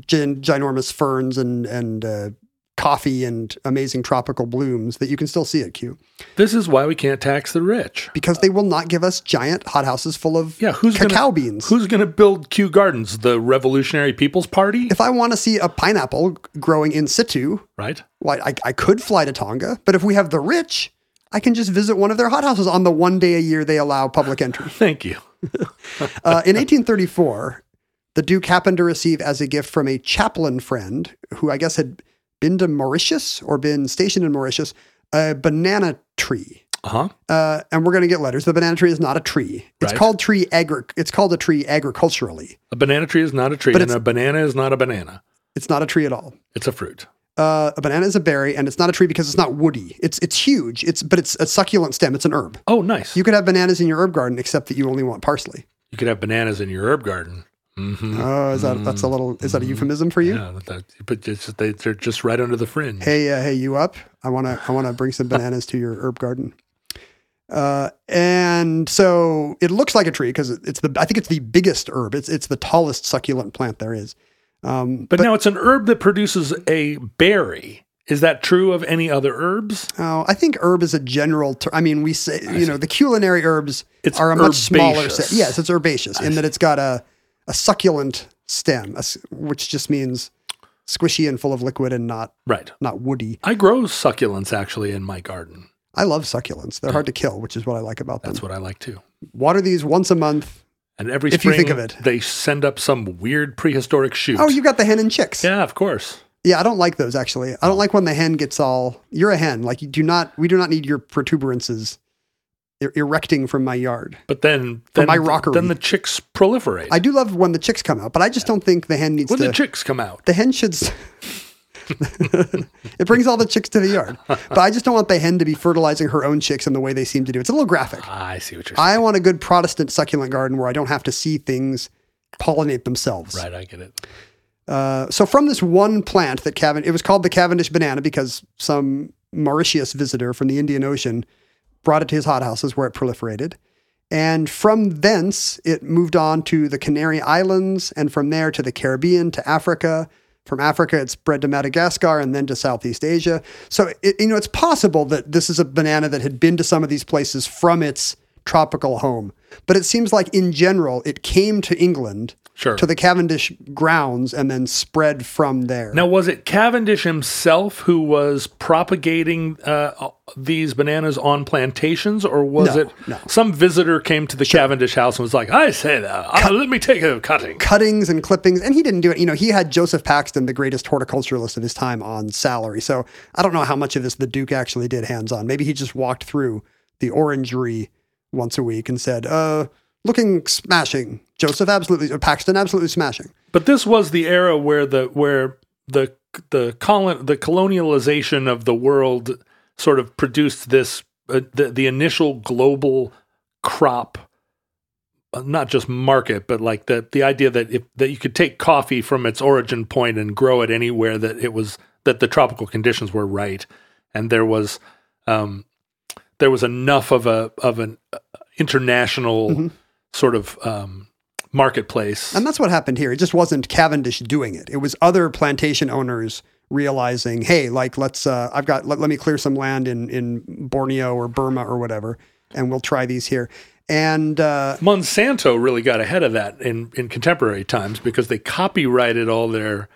[SPEAKER 5] gin, ginormous ferns and and uh, coffee and amazing tropical blooms that you can still see at Kew
[SPEAKER 3] This is why we can't tax the rich.
[SPEAKER 5] because they will not give us giant hothouses full of
[SPEAKER 3] Yeah, who's
[SPEAKER 5] cacao
[SPEAKER 3] gonna,
[SPEAKER 5] beans.
[SPEAKER 3] Who's going to build Kew Gardens? The Revolutionary People's Party,
[SPEAKER 5] if I want to see a pineapple growing in situ,
[SPEAKER 3] right?
[SPEAKER 5] Well, I, I could fly to Tonga, but if we have the rich, I can just visit one of their hothouses on the one day a year they allow public entry.
[SPEAKER 3] Thank you.
[SPEAKER 5] Uh, in 1834, the Duke happened to receive as a gift from a chaplain friend who I guess had been to Mauritius or been stationed in Mauritius a banana tree.
[SPEAKER 3] Uh huh.
[SPEAKER 5] Uh, and we're going to get letters. The banana tree is not a tree. It's
[SPEAKER 3] Right.
[SPEAKER 5] called tree agri- It's called a tree agriculturally.
[SPEAKER 3] A banana tree is not a tree,
[SPEAKER 5] But
[SPEAKER 3] and
[SPEAKER 5] it's-
[SPEAKER 3] a banana is not a banana.
[SPEAKER 5] It's not a tree at all.
[SPEAKER 3] It's a fruit.
[SPEAKER 5] Uh, a banana is a berry, and it's not a tree because it's not woody. It's it's huge. It's but it's a succulent stem. It's an herb.
[SPEAKER 3] Oh, nice.
[SPEAKER 5] You
[SPEAKER 3] You,
[SPEAKER 5] could have bananas in your herb garden, except that you only want parsley.
[SPEAKER 3] could have bananas in your herb garden. Mm-hmm.
[SPEAKER 5] Oh, is that that's a little is that a euphemism for you?
[SPEAKER 3] Mm. Yeah, that, but just, they, they're just right under the fringe.
[SPEAKER 5] Hey, uh, hey, you up? I wanna I wanna bring some bananas to your herb garden. Uh, and so it looks like a tree because it's the I think it's the biggest herb. It's it's the tallest succulent plant there is. Um,
[SPEAKER 3] but, now it's an herb that produces a berry. Is that true of any other herbs?
[SPEAKER 5] oh, I think herb is a general. Ter- I mean, we say you know the culinary herbs
[SPEAKER 3] It's
[SPEAKER 5] are a much smaller
[SPEAKER 3] herbaceous.
[SPEAKER 5] set. Yes, it's herbaceous in that it's got a a succulent stem, a s which just means squishy and full of liquid and not
[SPEAKER 3] Right.
[SPEAKER 5] not woody.
[SPEAKER 3] I grow succulents actually in my garden.
[SPEAKER 5] I love succulents. They're hard to kill, which is what I like about them.
[SPEAKER 3] That's what I like too.
[SPEAKER 5] Water these once a month.
[SPEAKER 3] And every
[SPEAKER 5] If you
[SPEAKER 3] spring,
[SPEAKER 5] think of it.
[SPEAKER 3] they send up some weird prehistoric shoot.
[SPEAKER 5] Oh, you got the hen and chicks.
[SPEAKER 3] yeah, of course.
[SPEAKER 5] Yeah, I don't like those actually. I don't like when the hen gets all. You're a hen. Like you do not. We do not need your protuberances er- erecting from my yard.
[SPEAKER 3] But then, then
[SPEAKER 5] my rockery.
[SPEAKER 3] then the chicks proliferate.
[SPEAKER 5] I do love when the chicks come out, but I just don't think the hen needs
[SPEAKER 3] when
[SPEAKER 5] to.
[SPEAKER 3] the chicks come out,
[SPEAKER 5] the hen should. s- it brings all the chicks to the yard, but I just don't want the hen to be fertilizing her own chicks in the way they seem to do. It's a little graphic.
[SPEAKER 3] I see what you're saying.
[SPEAKER 5] I want a good Protestant succulent garden where I don't have to see things pollinate themselves.
[SPEAKER 3] right, I get it.
[SPEAKER 5] Uh, so from this one plant that Cavendish, it was called the Cavendish banana because some Mauritius visitor from the Indian Ocean brought it to his hothouses where it proliferated. And from thence, it moved on to the Canary Islands and from there to the Caribbean, to Africa. From Africa, it spread to Madagascar and then to Southeast Asia. So, it, you know, it's possible that this is a banana that had been to some of these places from its tropical home. But it seems like in general, it came to England
[SPEAKER 3] Sure.
[SPEAKER 5] to the Cavendish grounds and then spread from there.
[SPEAKER 3] Now, was it Cavendish himself who was propagating uh, these bananas on plantations, or was
[SPEAKER 5] No,
[SPEAKER 3] it
[SPEAKER 5] no.
[SPEAKER 3] some visitor came to the Cavendish house and was like, "I say that, uh, let me take a cutting."
[SPEAKER 5] cuttings and clippings and he didn't do it you know he had joseph paxton the greatest horticulturalist of his time on salary so i don't know how much of this the duke actually did hands on maybe he just walked through the orangery once a week and said uh looking smashing joseph absolutely or paxton absolutely smashing
[SPEAKER 3] But this was the era where the where the the colon the colonialization of the world sort of produced this uh, the the initial global crop uh, not just market but like the the idea that if that you could take coffee from its origin point and grow it anywhere that it was that the tropical conditions were right and there was um there was enough of a of an uh, international sort of um marketplace
[SPEAKER 5] and that's what happened here it just wasn't cavendish doing it it was other plantation owners realizing hey like let's uh i've got let, let me clear some land in in borneo or burma or whatever and we'll try these here and uh
[SPEAKER 3] Monsanto really got ahead of that in, in contemporary times because they copyrighted all their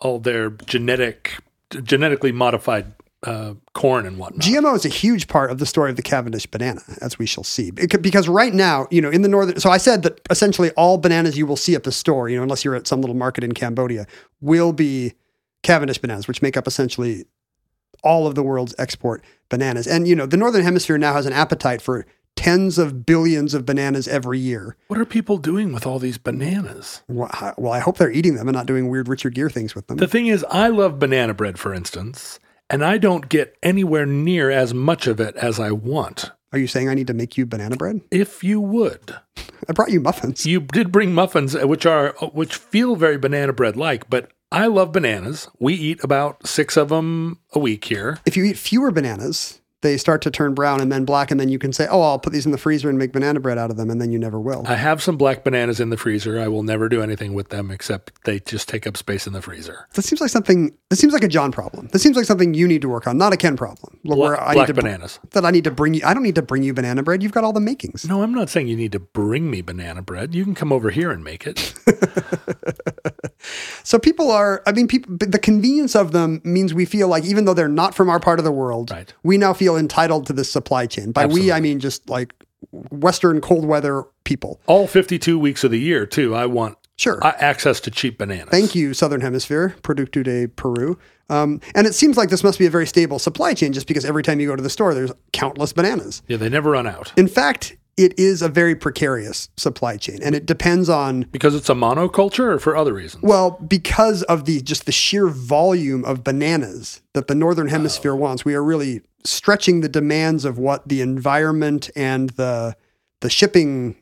[SPEAKER 3] all their genetic genetically modified uh, corn and whatnot.
[SPEAKER 5] GMO is a huge part of the story of the Cavendish banana, as we shall see. It could- because right now, you know, in the northern, so I said that essentially all bananas you will see at the store, you know, unless you're at some little market in Cambodia, will be Cavendish bananas, which make up essentially all of the world's export bananas. And you know, the northern hemisphere now has an appetite for tens of billions of bananas every year.
[SPEAKER 3] what are people doing with all these bananas?
[SPEAKER 5] Well, I, well, I hope they're eating them and not doing weird Richard Gere things with them.
[SPEAKER 3] The thing is, I love banana bread, for instance, and I don't get anywhere near as much of it as I want.
[SPEAKER 5] Are you saying I need to make you banana bread?
[SPEAKER 3] If you would,
[SPEAKER 5] I brought you muffins.
[SPEAKER 3] you did bring muffins, uh, which are which feel very banana bread like, but I love bananas. We eat about six of them a week here.
[SPEAKER 5] if you eat fewer bananas, they start to turn brown and then black, and then you can say, "Oh, I'll put these in the freezer and make banana bread out of them," and then you never will.
[SPEAKER 3] I have some black bananas in the freezer. I will never do anything with them except they just take up space in the freezer.
[SPEAKER 5] That seems like something. That seems like a John problem. That seems like something you need to work on, not a Ken problem. Look,
[SPEAKER 3] Black,
[SPEAKER 5] I need
[SPEAKER 3] black
[SPEAKER 5] to br-
[SPEAKER 3] bananas.
[SPEAKER 5] that I need to bring you. I don't need to bring you banana bread. You've got all the makings.
[SPEAKER 3] No, I'm not saying you need to bring me banana bread. You can come over here and make it.
[SPEAKER 5] So people are. I mean, people. but The convenience of them means we feel like even though they're not from our part of the world,
[SPEAKER 3] Right.
[SPEAKER 5] we now feel entitled to this supply chain. By we, I
[SPEAKER 3] Absolutely.
[SPEAKER 5] mean just like Western cold weather people.
[SPEAKER 3] All 52 weeks of the year, too. I want
[SPEAKER 5] Sure.
[SPEAKER 3] uh, access to cheap bananas.
[SPEAKER 5] Thank you, Southern Hemisphere, Producto de Peru. Um, and it seems like this must be a very stable supply chain just because every time you go to the store, there's countless bananas.
[SPEAKER 3] Yeah, they never run out
[SPEAKER 5] In fact, it is a very precarious supply chain and it depends on,
[SPEAKER 3] because it's a monoculture or for other reasons.
[SPEAKER 5] well, because of the just the sheer volume of bananas that the Northern Hemisphere wants, we are really stretching the demands of what the environment and the, the shipping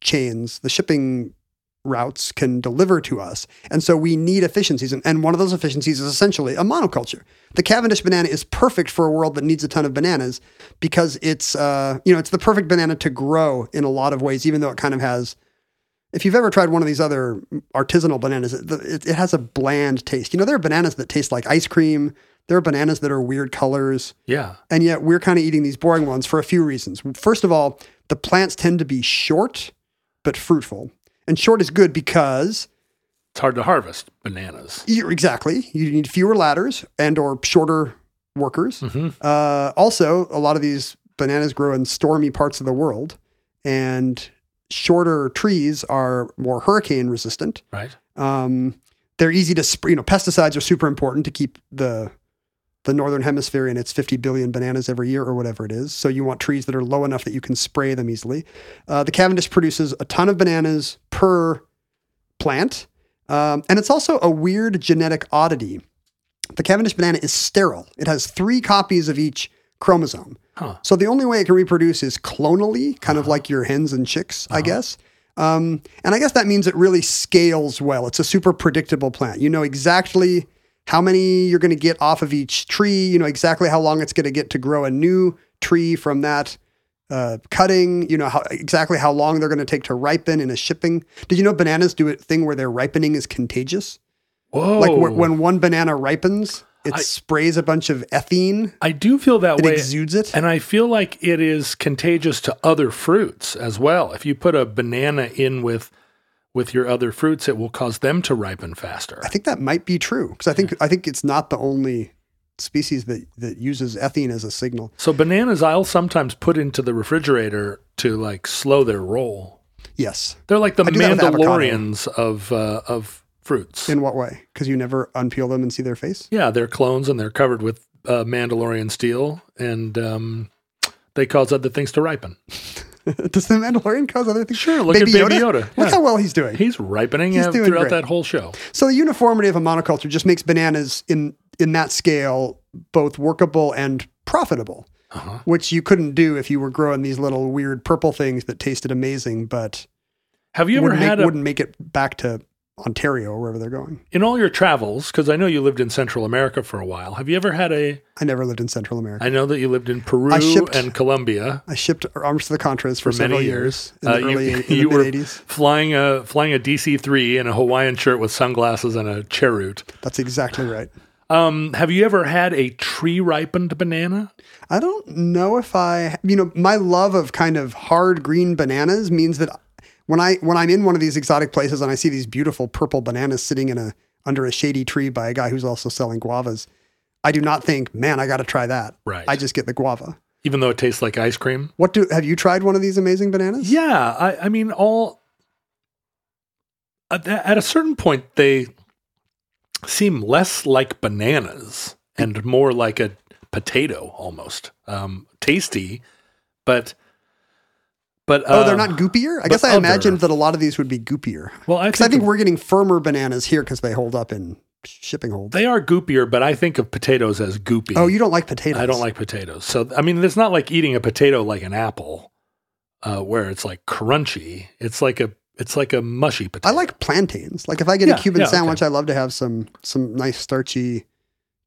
[SPEAKER 5] chains, the shipping routes can deliver to us. And so we need efficiencies. And, and one of those efficiencies is essentially a monoculture. The Cavendish banana is perfect for a world that needs a ton of bananas because it's, uh, you know, it's the perfect banana to grow in a lot of ways, even though it kind of has, if you've ever tried one of these other artisanal bananas, it, it, it has a bland taste. You know, there are bananas that taste like ice cream. There are bananas that are weird colors.
[SPEAKER 3] Yeah.
[SPEAKER 5] And yet we're kind of eating these boring ones for a few reasons. First of all, the plants tend to be short but fruitful. And short is good because
[SPEAKER 3] It's hard to harvest bananas.
[SPEAKER 5] you're exactly you need fewer ladders and or shorter workers. Uh, also, a lot of these bananas grow in stormy parts of the world, and shorter trees are more hurricane resistant.
[SPEAKER 3] Right.
[SPEAKER 5] Um, they're easy to spray. You know, pesticides are super important to keep the the northern hemisphere in its 50 billion bananas every year or whatever it is. So you want trees that are low enough that you can spray them easily. Uh, the Cavendish produces a ton of bananas per plant, um, and it's also a weird genetic oddity. The Cavendish banana is sterile. It has three copies of each chromosome.
[SPEAKER 3] Huh.
[SPEAKER 5] So the only way it can reproduce is clonally, kind of like your hens and chicks, I guess. Um, and I guess that means it really scales well. It's a super predictable plant. You know exactly how many you're going to get off of each tree. You know exactly how long it's going to get to grow a new tree from that uh, cutting. You know how, exactly how long they're going to take to ripen in a shipping. Did you know bananas do a thing where their ripening is contagious?
[SPEAKER 3] Whoa.
[SPEAKER 5] Like wh- when one banana ripens, it
[SPEAKER 3] Oh. I-
[SPEAKER 5] sprays a bunch of ethene.
[SPEAKER 3] I do feel that
[SPEAKER 5] It
[SPEAKER 3] way.
[SPEAKER 5] exudes it.
[SPEAKER 3] And I feel like it is contagious to other fruits as well. If you put a banana in with with your other fruits, it will cause them to ripen faster.
[SPEAKER 5] I think that might be true because I think I think it's not the only species that that uses ethene as a signal.
[SPEAKER 3] So bananas, I'll sometimes put into the refrigerator to like slow their roll.
[SPEAKER 5] Yes.
[SPEAKER 3] They're like the
[SPEAKER 5] I do that with avocado.
[SPEAKER 3] Mandalorians of uh, of fruits.
[SPEAKER 5] In what way? Because you never unpeel them and see their face.
[SPEAKER 3] yeah, they're clones and they're covered with uh, Mandalorian steel, and um, they cause other things to ripen.
[SPEAKER 5] Does the Mandalorian cause other things?
[SPEAKER 3] Sure, look at Baby Yoda.
[SPEAKER 5] Look
[SPEAKER 3] Yeah.
[SPEAKER 5] how well he's doing.
[SPEAKER 3] He's ripening
[SPEAKER 5] He's
[SPEAKER 3] uh,
[SPEAKER 5] doing
[SPEAKER 3] throughout
[SPEAKER 5] great.
[SPEAKER 3] that whole show.
[SPEAKER 5] So the uniformity of a monoculture just makes bananas in in that scale both workable and profitable,
[SPEAKER 3] Uh-huh.
[SPEAKER 5] which you couldn't do if you were growing these little weird purple things that tasted amazing, but
[SPEAKER 3] Have you ever
[SPEAKER 5] wouldn't,
[SPEAKER 3] had
[SPEAKER 5] make,
[SPEAKER 3] a
[SPEAKER 5] wouldn't make it back to Ontario or wherever they're going.
[SPEAKER 3] in all your travels? Because I know you lived in Central America for a while. Have you ever had a?
[SPEAKER 5] I never lived in Central America.
[SPEAKER 3] I know that you lived in Peru
[SPEAKER 5] I shipped-
[SPEAKER 3] and Colombia
[SPEAKER 5] I, shipped arms to the Contras for,
[SPEAKER 3] for
[SPEAKER 5] several
[SPEAKER 3] many
[SPEAKER 5] years,
[SPEAKER 3] years.
[SPEAKER 5] in the
[SPEAKER 3] Uh,
[SPEAKER 5] early
[SPEAKER 3] you
[SPEAKER 5] in the
[SPEAKER 3] you were
[SPEAKER 5] mid 80s.
[SPEAKER 3] flying a flying a DC three in a Hawaiian shirt with sunglasses and a cheroot.
[SPEAKER 5] That's exactly right.
[SPEAKER 3] Um, have you ever had a tree ripened banana?
[SPEAKER 5] I don't know if I, you know, my love of kind of hard green bananas means that when I when I'm in one of these exotic places and I see these beautiful purple bananas sitting in a under a shady tree by a guy who's also selling guavas, I do not think, man, I got to try that.
[SPEAKER 3] Right.
[SPEAKER 5] I just get the guava.
[SPEAKER 3] Even though it tastes like ice cream.
[SPEAKER 5] What do have you tried one of these amazing bananas?
[SPEAKER 3] Yeah, I, I mean, all at, at a certain point they seem less like bananas and more like a potato almost. Um, tasty, but but
[SPEAKER 5] Oh,
[SPEAKER 3] uh,
[SPEAKER 5] they're not goopier. I guess I
[SPEAKER 3] other.
[SPEAKER 5] imagined that a lot of these would be goopier
[SPEAKER 3] Well, I
[SPEAKER 5] because I
[SPEAKER 3] think,
[SPEAKER 5] think we're getting firmer bananas here because they hold up in shipping holds.
[SPEAKER 3] they are goopier, but I think of potatoes as goopy.
[SPEAKER 5] Oh, you don't like potatoes?
[SPEAKER 3] I don't like potatoes. So I mean, it's not like eating a potato like an apple, uh, where it's like crunchy. It's like a it's like a mushy potato.
[SPEAKER 5] I like plantains. Like if I get
[SPEAKER 3] Yeah,
[SPEAKER 5] a Cuban
[SPEAKER 3] yeah, okay.
[SPEAKER 5] sandwich, I love to have some some nice starchy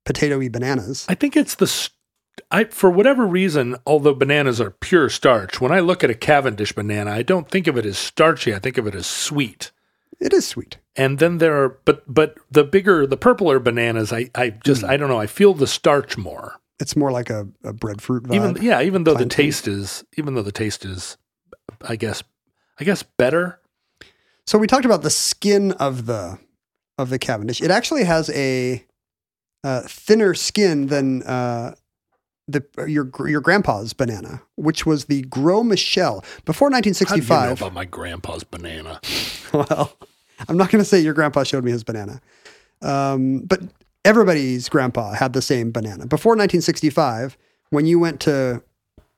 [SPEAKER 5] potatoy bananas.
[SPEAKER 3] I think it's the s- I for whatever reason, although bananas are pure starch, when I look at a Cavendish banana, I don't think of it as starchy. I think of it as sweet.
[SPEAKER 5] It is sweet.
[SPEAKER 3] And then there are but but the bigger the purpler bananas, I I just
[SPEAKER 5] Hmm.
[SPEAKER 3] I don't know. I feel the starch more.
[SPEAKER 5] It's more like a, a breadfruit vibe.
[SPEAKER 3] Even yeah, even though the
[SPEAKER 5] Plantain.
[SPEAKER 3] taste is even though the taste is I guess I guess better.
[SPEAKER 5] So we talked about the skin of the of the Cavendish. It actually has a uh, thinner skin than uh, the your your grandpa's banana, which was the Gros Michel before
[SPEAKER 3] How do you know
[SPEAKER 5] 1965.
[SPEAKER 3] about my grandpa's banana?
[SPEAKER 5] well, I'm not going to say your grandpa showed me his banana, um, but everybody's grandpa had the same banana before 1965. When you went to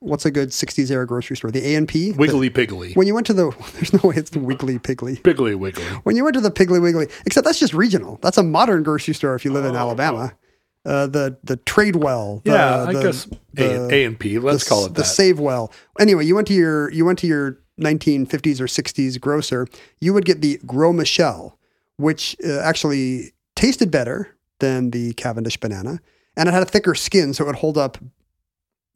[SPEAKER 5] what's a good 60s era grocery store, the A and P,
[SPEAKER 3] Wiggly piggly.
[SPEAKER 5] When you went to the, there's no way it's the Wiggly Piggly.
[SPEAKER 3] Piggly wiggly.
[SPEAKER 5] When you went to the Piggly Wiggly, except that's just regional. That's a modern grocery store if you live in
[SPEAKER 3] Oh.
[SPEAKER 5] Alabama. Uh, the the Tradewell. The,
[SPEAKER 3] yeah, I
[SPEAKER 5] the-
[SPEAKER 3] guess
[SPEAKER 5] the-
[SPEAKER 3] A, A and P. Let's
[SPEAKER 5] the,
[SPEAKER 3] call it
[SPEAKER 5] the
[SPEAKER 3] that.
[SPEAKER 5] save well anyway you went to your you went to your 1950s or 60s grocer you would get the gros michel which uh, actually tasted better than the cavendish banana and it had a thicker skin so it would hold up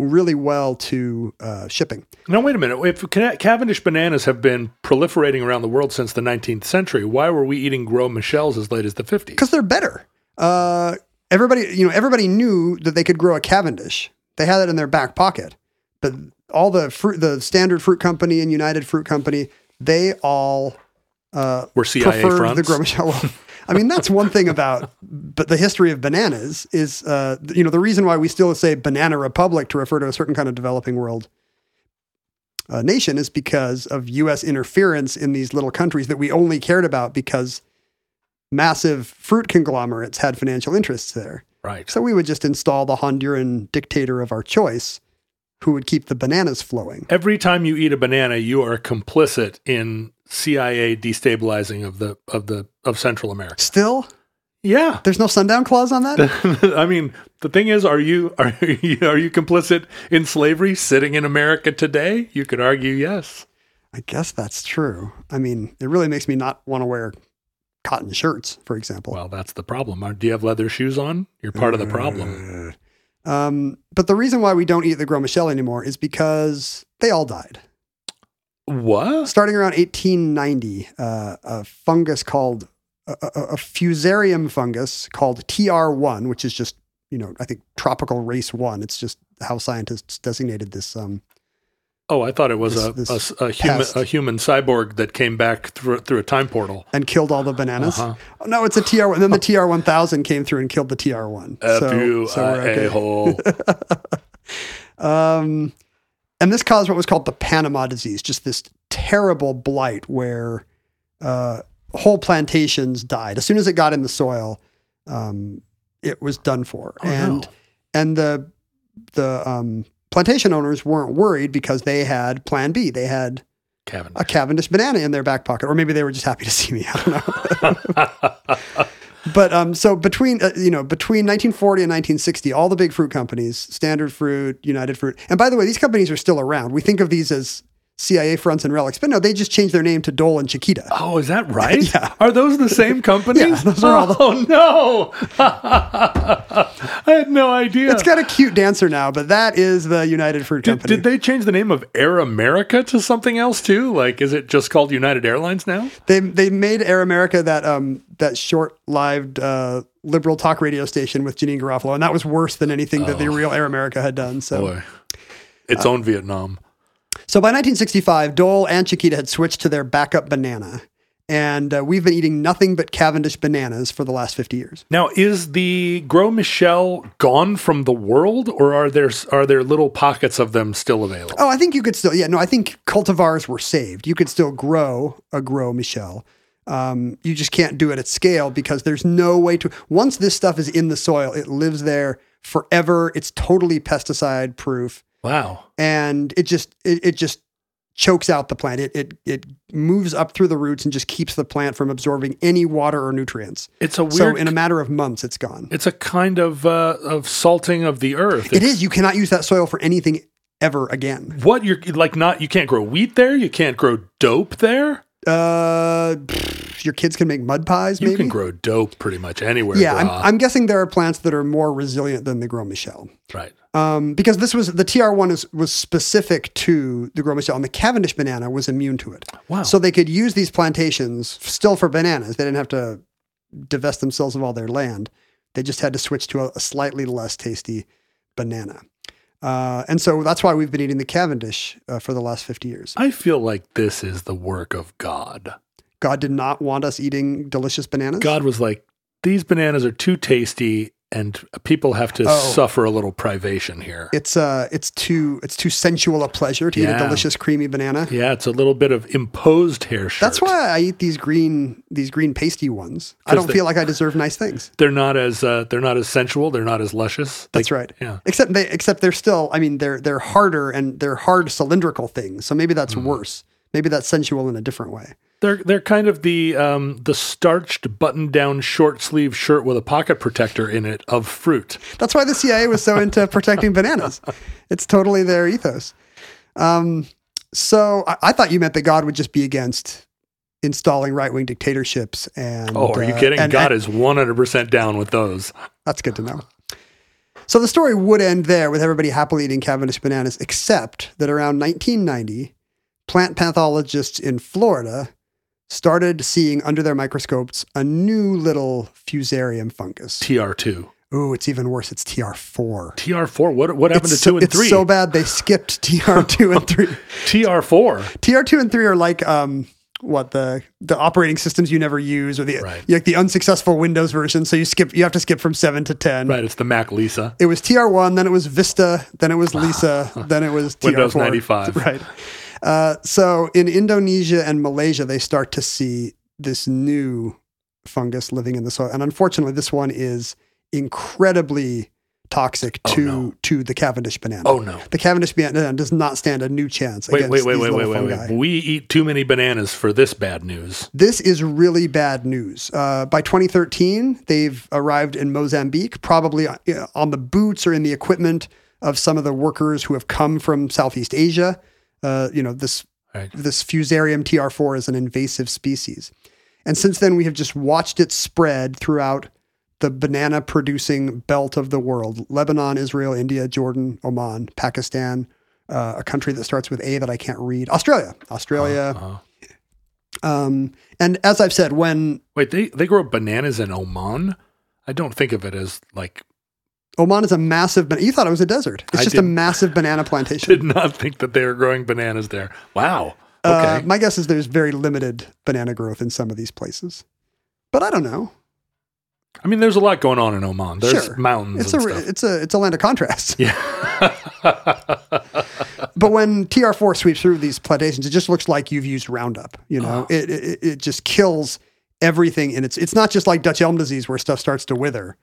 [SPEAKER 5] really well to uh, shipping
[SPEAKER 3] Now wait a minute. If Ca- Cavendish bananas have been proliferating around the world since the 19th century, why were we eating Gros Michels as late as the 50s?
[SPEAKER 5] because they're better uh, everybody you know everybody knew that they could grow a cavendish they had it in their back pocket but all the fruit the standard fruit company and united fruit company they all uh,
[SPEAKER 3] We're CIA
[SPEAKER 5] preferred
[SPEAKER 3] fronts.
[SPEAKER 5] the Gros Michel. Well, I mean, that's one thing about but the history of bananas is, uh, th- you know, the reason why we still say banana republic to refer to a certain kind of developing world uh, nation is because of U.S. interference in these little countries that we only cared about because massive fruit conglomerates had financial interests there.
[SPEAKER 3] right.
[SPEAKER 5] So we would just install the Honduran dictator of our choice who would keep the bananas flowing.
[SPEAKER 3] Every time you eat a banana, you are complicit in CIA destabilizing of the of the of Central America.
[SPEAKER 5] Still,
[SPEAKER 3] Yeah.
[SPEAKER 5] there's no sundown clause on that?
[SPEAKER 3] I mean, the thing is, are you are you are you complicit in slavery sitting in America today? You could argue yes.
[SPEAKER 5] I guess that's true. I mean, it really makes me not want to wear cotton shirts, for example.
[SPEAKER 3] Well, that's the problem. Are- Do you have leather shoes on? You're part of the problem.
[SPEAKER 5] Um, but the reason why we don't eat the Gros Michel anymore is because they all died. Uh.
[SPEAKER 3] What?
[SPEAKER 5] Starting around 1890, uh, a fungus called a, a, a fusarium fungus called TR1, which is just you know I think tropical race one. It's just how scientists designated this um,
[SPEAKER 3] Oh, I thought it was
[SPEAKER 5] This-
[SPEAKER 3] a,
[SPEAKER 5] this
[SPEAKER 3] a s- a human
[SPEAKER 5] pest.
[SPEAKER 3] a human cyborg that came back through through a time portal.
[SPEAKER 5] and killed all the bananas.
[SPEAKER 3] Uh-huh.
[SPEAKER 5] Oh, no, it's a TR. And then the TR one thousand came through and killed the TR one.
[SPEAKER 3] F you,
[SPEAKER 5] we're
[SPEAKER 3] a hole.
[SPEAKER 5] Um, and this caused what was called the Panama disease, just this terrible blight where uh, whole plantations died as soon as it got in the soil. Um, it was done for,
[SPEAKER 3] Oh,
[SPEAKER 5] and
[SPEAKER 3] no.
[SPEAKER 5] and the the um, plantation owners weren't worried because they had Plan B. They had
[SPEAKER 3] Kevin.
[SPEAKER 5] a Cavendish banana in their back pocket, or maybe they were just happy to see me. I don't know. But um, so between uh, you know between 1940 and 1960, all the big fruit companies, Standard Fruit, United Fruit, and by the way, these companies are still around. We think of these as CIA fronts and relics, but no, they just changed their name to Dole and Chiquita.
[SPEAKER 3] Oh, is that right?
[SPEAKER 5] Yeah.
[SPEAKER 3] Are those the same companies?
[SPEAKER 5] Yeah, those are all the-
[SPEAKER 3] oh no! I had no idea.
[SPEAKER 5] It's got a cute dancer now, but that is the United Fruit
[SPEAKER 3] did,
[SPEAKER 5] Company.
[SPEAKER 3] did they change the name of Air America to something else too? Like, is it just called United Airlines now?
[SPEAKER 5] they they made Air America that um that short-lived uh, liberal talk radio station with Janine Garofalo, and that was worse than anything that the real Air America had done. So.
[SPEAKER 3] Oh.
[SPEAKER 5] Uh,
[SPEAKER 3] Boy, its own Vietnam.
[SPEAKER 5] So by 1965, Dole and Chiquita had switched to their backup banana. And uh, we've been eating nothing but Cavendish bananas for the last 50 years.
[SPEAKER 3] Now, is the Gros Michel gone from the world, or are there are there little pockets of them still available?
[SPEAKER 5] Oh, I think you could still, yeah, no, I think cultivars were saved. You could still grow a Gros Michel. Um, you just can't do it at scale because there's no way to. Once this stuff is in the soil, it lives there forever. It's totally pesticide proof.
[SPEAKER 3] Wow.
[SPEAKER 5] and it just it, it just chokes out the plant. It, it it moves up through the roots and just keeps the plant from absorbing any water or nutrients.
[SPEAKER 3] It's a
[SPEAKER 5] so
[SPEAKER 3] weird-
[SPEAKER 5] in a matter of months, it's gone.
[SPEAKER 3] It's a kind of uh, of salting of the earth.
[SPEAKER 5] it is. You cannot use that soil for anything ever again.
[SPEAKER 3] What you're like? Not you can't grow wheat there. You can't grow dope there.
[SPEAKER 5] Uh, pfft, your kids can make mud pies.
[SPEAKER 3] You
[SPEAKER 5] Maybe
[SPEAKER 3] can grow dope pretty much anywhere.
[SPEAKER 5] Yeah, I'm,
[SPEAKER 3] brah.
[SPEAKER 5] I'm guessing there are plants that are more resilient than the Gros Michel.
[SPEAKER 3] right.
[SPEAKER 5] Um, because this was the TR1 is, was specific to the Gros Michel, and the Cavendish banana was immune to it.
[SPEAKER 3] Wow.
[SPEAKER 5] So they could use these plantations f- still for bananas. They didn't have to divest themselves of all their land. They just had to switch to a, a slightly less tasty banana. Uh, and so that's why we've been eating the Cavendish uh, for the last 50 years.
[SPEAKER 3] I feel like this is the work of God.
[SPEAKER 5] God did not want us eating delicious bananas.
[SPEAKER 3] God was like, these bananas are too tasty, and people have to
[SPEAKER 5] Oh.
[SPEAKER 3] suffer a little privation here.
[SPEAKER 5] It's uh, it's too it's too sensual a pleasure to eat
[SPEAKER 3] Yeah.
[SPEAKER 5] a delicious creamy banana.
[SPEAKER 3] yeah, it's a little bit of imposed hair shirt.
[SPEAKER 5] That's why I eat these green these green pasty ones. I
[SPEAKER 3] 'Cause
[SPEAKER 5] don't
[SPEAKER 3] they-
[SPEAKER 5] feel like I deserve nice things.
[SPEAKER 3] they're not as uh, they're not as sensual. They're not as luscious. They-
[SPEAKER 5] That's right.
[SPEAKER 3] yeah.
[SPEAKER 5] Except they except they're still I mean they're they're harder and they're hard cylindrical things. So maybe
[SPEAKER 3] Mm.
[SPEAKER 5] that's worse. Maybe that's sensual in a different way.
[SPEAKER 3] They're they're kind of the um, the starched button down short sleeve shirt with a pocket protector in it of fruit.
[SPEAKER 5] That's why the CIA was so into protecting bananas. It's totally their ethos. Um, so I, I thought you meant that God would just be against installing right wing dictatorships and
[SPEAKER 3] Oh, are you
[SPEAKER 5] uh,
[SPEAKER 3] kidding?
[SPEAKER 5] and-
[SPEAKER 3] God
[SPEAKER 5] and-
[SPEAKER 3] is one hundred percent down with those.
[SPEAKER 5] That's good to know. So the story would end there with everybody happily eating Cavendish bananas, except that around 1990, plant pathologists in Florida started seeing under their microscopes a new little fusarium fungus.
[SPEAKER 3] TR two,
[SPEAKER 5] Ooh, it's even worse. It's TR4.
[SPEAKER 3] TR four. What what happened
[SPEAKER 5] It's
[SPEAKER 3] to two
[SPEAKER 5] so,
[SPEAKER 3] and
[SPEAKER 5] it's
[SPEAKER 3] three? Oh.
[SPEAKER 5] so bad they skipped TR2 and 3.
[SPEAKER 3] TR four.
[SPEAKER 5] TR2 and 3 are like um what the the operating systems you never use or the
[SPEAKER 3] Right.
[SPEAKER 5] like the unsuccessful Windows version, so you skip you have to skip from 7 to 10.
[SPEAKER 3] Right, it's the Mac Lisa.
[SPEAKER 5] It was TR1, then it was Vista, then it was Lisa, then it was TR4.
[SPEAKER 3] Ah. Windows 95.
[SPEAKER 5] Right. Uh, so in Indonesia and Malaysia, they start to see this new fungus living in the soil. And unfortunately, this one is incredibly toxic to
[SPEAKER 3] Oh, no.
[SPEAKER 5] to the Cavendish banana.
[SPEAKER 3] Oh, no.
[SPEAKER 5] The Cavendish banana does not stand a new chance
[SPEAKER 3] Wait,
[SPEAKER 5] against
[SPEAKER 3] wait, wait,
[SPEAKER 5] these
[SPEAKER 3] wait, wait,
[SPEAKER 5] little
[SPEAKER 3] wait,
[SPEAKER 5] fungi.
[SPEAKER 3] wait. We eat too many bananas for this bad news.
[SPEAKER 5] This is really bad news. Uh, by 2013, they've arrived in Mozambique, probably uh, on the boots or in the equipment of some of the workers who have come from Southeast Asia. Uh, you know, this
[SPEAKER 3] Right.
[SPEAKER 5] this Fusarium TR4 is an invasive species, and since then we have just watched it spread throughout the banana producing belt of the world: Lebanon, Israel, India, Jordan, Oman, Pakistan. Uh, a country that starts with A that I can't read. Australia. Australia.
[SPEAKER 3] Uh-huh.
[SPEAKER 5] Um, and as I've said, when
[SPEAKER 3] Wait, they they grow bananas in Oman. I don't think of it as like
[SPEAKER 5] Oman is a massive. Ban- you thought it was a desert. It's
[SPEAKER 3] I
[SPEAKER 5] just a
[SPEAKER 3] did-
[SPEAKER 5] massive banana plantation.
[SPEAKER 3] Did not think that they were growing bananas there. Wow.
[SPEAKER 5] Uh,
[SPEAKER 3] Okay.
[SPEAKER 5] my guess is there's very limited banana growth in some of these places, but I don't know.
[SPEAKER 3] I mean, there's a lot going on in Oman. There's
[SPEAKER 5] Sure.
[SPEAKER 3] mountains
[SPEAKER 5] It's a
[SPEAKER 3] and
[SPEAKER 5] re-
[SPEAKER 3] stuff.
[SPEAKER 5] it's a it's a land of contrasts.
[SPEAKER 3] yeah.
[SPEAKER 5] But when TR4 sweeps through these plantations, it just looks like you've used Roundup. You know,
[SPEAKER 3] Ah.
[SPEAKER 5] it, it it just kills everything, and it's it's not just like Dutch elm disease where stuff starts to wither.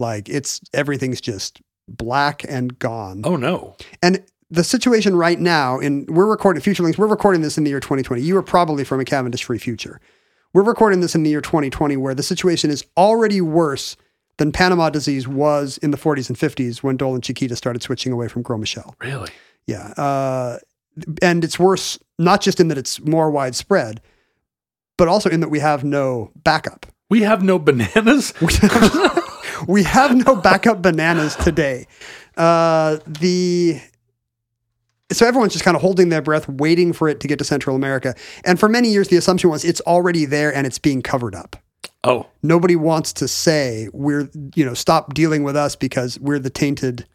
[SPEAKER 5] Like it's everything's just black and gone.
[SPEAKER 3] oh no.
[SPEAKER 5] And the situation right now, in we're recording Futurelings, we're recording this in the year 2020. You are probably from a Cavendish free future. We're recording this in the year 2020, where the situation is already worse than Panama disease was in the 40s and 50s when Dole and Chiquita started switching away from Gros Michel.
[SPEAKER 3] Really?
[SPEAKER 5] Yeah. Uh, and it's worse, not just in that it's more widespread, but also in that we have no backup.
[SPEAKER 3] We have no bananas.
[SPEAKER 5] we have no backup bananas today. Uh, the so everyone's just kind of holding their breath, waiting for it to get to Central America. And for many years, the assumption was it's already there and it's being covered up.
[SPEAKER 3] oh,
[SPEAKER 5] Nobody wants to say we're you know stop dealing with us because we're the tainted,